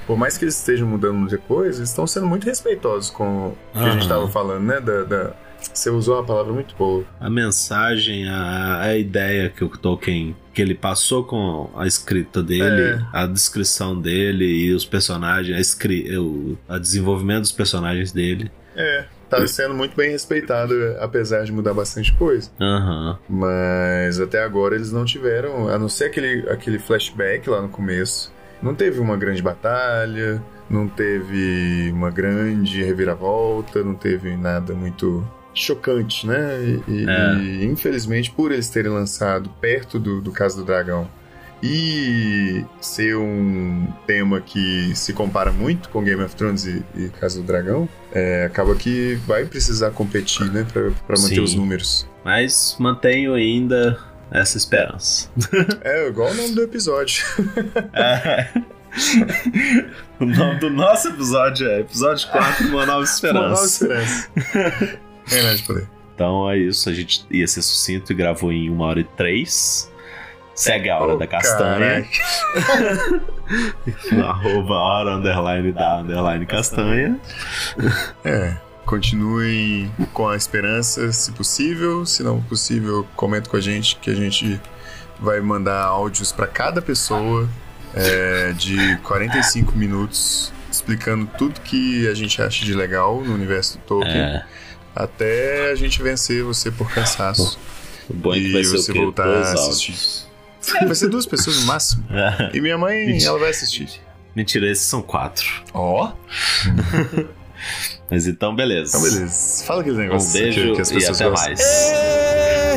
Speaker 1: por mais que eles estejam mudando muita coisa, eles estão sendo muito respeitosos com o que a gente
Speaker 2: Aham.
Speaker 1: estava falando, né? Da, da- Você usou uma palavra muito boa.
Speaker 2: A mensagem, a, a ideia que o Tolkien que ele passou com a escrita dele,
Speaker 1: É.
Speaker 2: a descrição dele e os personagens, a, escri- o a desenvolvimento dos personagens dele.
Speaker 1: É, tá sendo muito bem respeitado, apesar de mudar bastante coisa.
Speaker 2: Aham.
Speaker 1: Mas até agora eles não tiveram, a não ser aquele, aquele flashback lá no começo. Não teve uma grande batalha, não teve uma grande reviravolta, não teve nada muito chocante, né? E, e-
Speaker 2: É.
Speaker 1: e, infelizmente, por eles terem lançado perto do, do Caso do Dragão e ser um tema que se compara muito com Game of Thrones e, e Casa do Dragão, é, acaba que vai precisar competir, né? Pra, pra manter
Speaker 2: Sim.
Speaker 1: os números.
Speaker 2: Mas mantenho ainda essa esperança.
Speaker 1: É, igual o nome do episódio.
Speaker 2: É. o nome do nosso episódio é Episódio 4,
Speaker 1: Uma
Speaker 2: Uma Nova
Speaker 1: nova
Speaker 2: Esperança.
Speaker 1: esperança. É, né, de poder.
Speaker 2: então é isso, a gente ia ser sucinto e gravou em 1 hora e 3. Segue a Hora
Speaker 1: Ô,
Speaker 2: da Castanha. no Arroba hora underline da underline castanha.
Speaker 1: É. Continuem com a esperança, se possível. Se não possível, comenta com a gente que a gente vai mandar áudios para cada pessoa é, de 45 minutos explicando tudo que a gente acha de legal no universo do Tolkien
Speaker 2: É.
Speaker 1: até a gente vencer você por cansaço.
Speaker 2: O bom é que
Speaker 1: E
Speaker 2: vai ser
Speaker 1: você
Speaker 2: o quê?
Speaker 1: voltar
Speaker 2: Dois
Speaker 1: a assistir.
Speaker 2: áudios. É.
Speaker 1: Vai ser duas pessoas no máximo. E minha mãe, ela vai assistir.
Speaker 2: Mentira, esses são quatro.
Speaker 1: Ó.
Speaker 2: Mas então, beleza.
Speaker 1: Então, beleza. Fala aquele negócio
Speaker 2: Um beijo
Speaker 1: que, que as
Speaker 2: e
Speaker 1: pessoas É!
Speaker 2: até
Speaker 1: gostam.
Speaker 2: mais.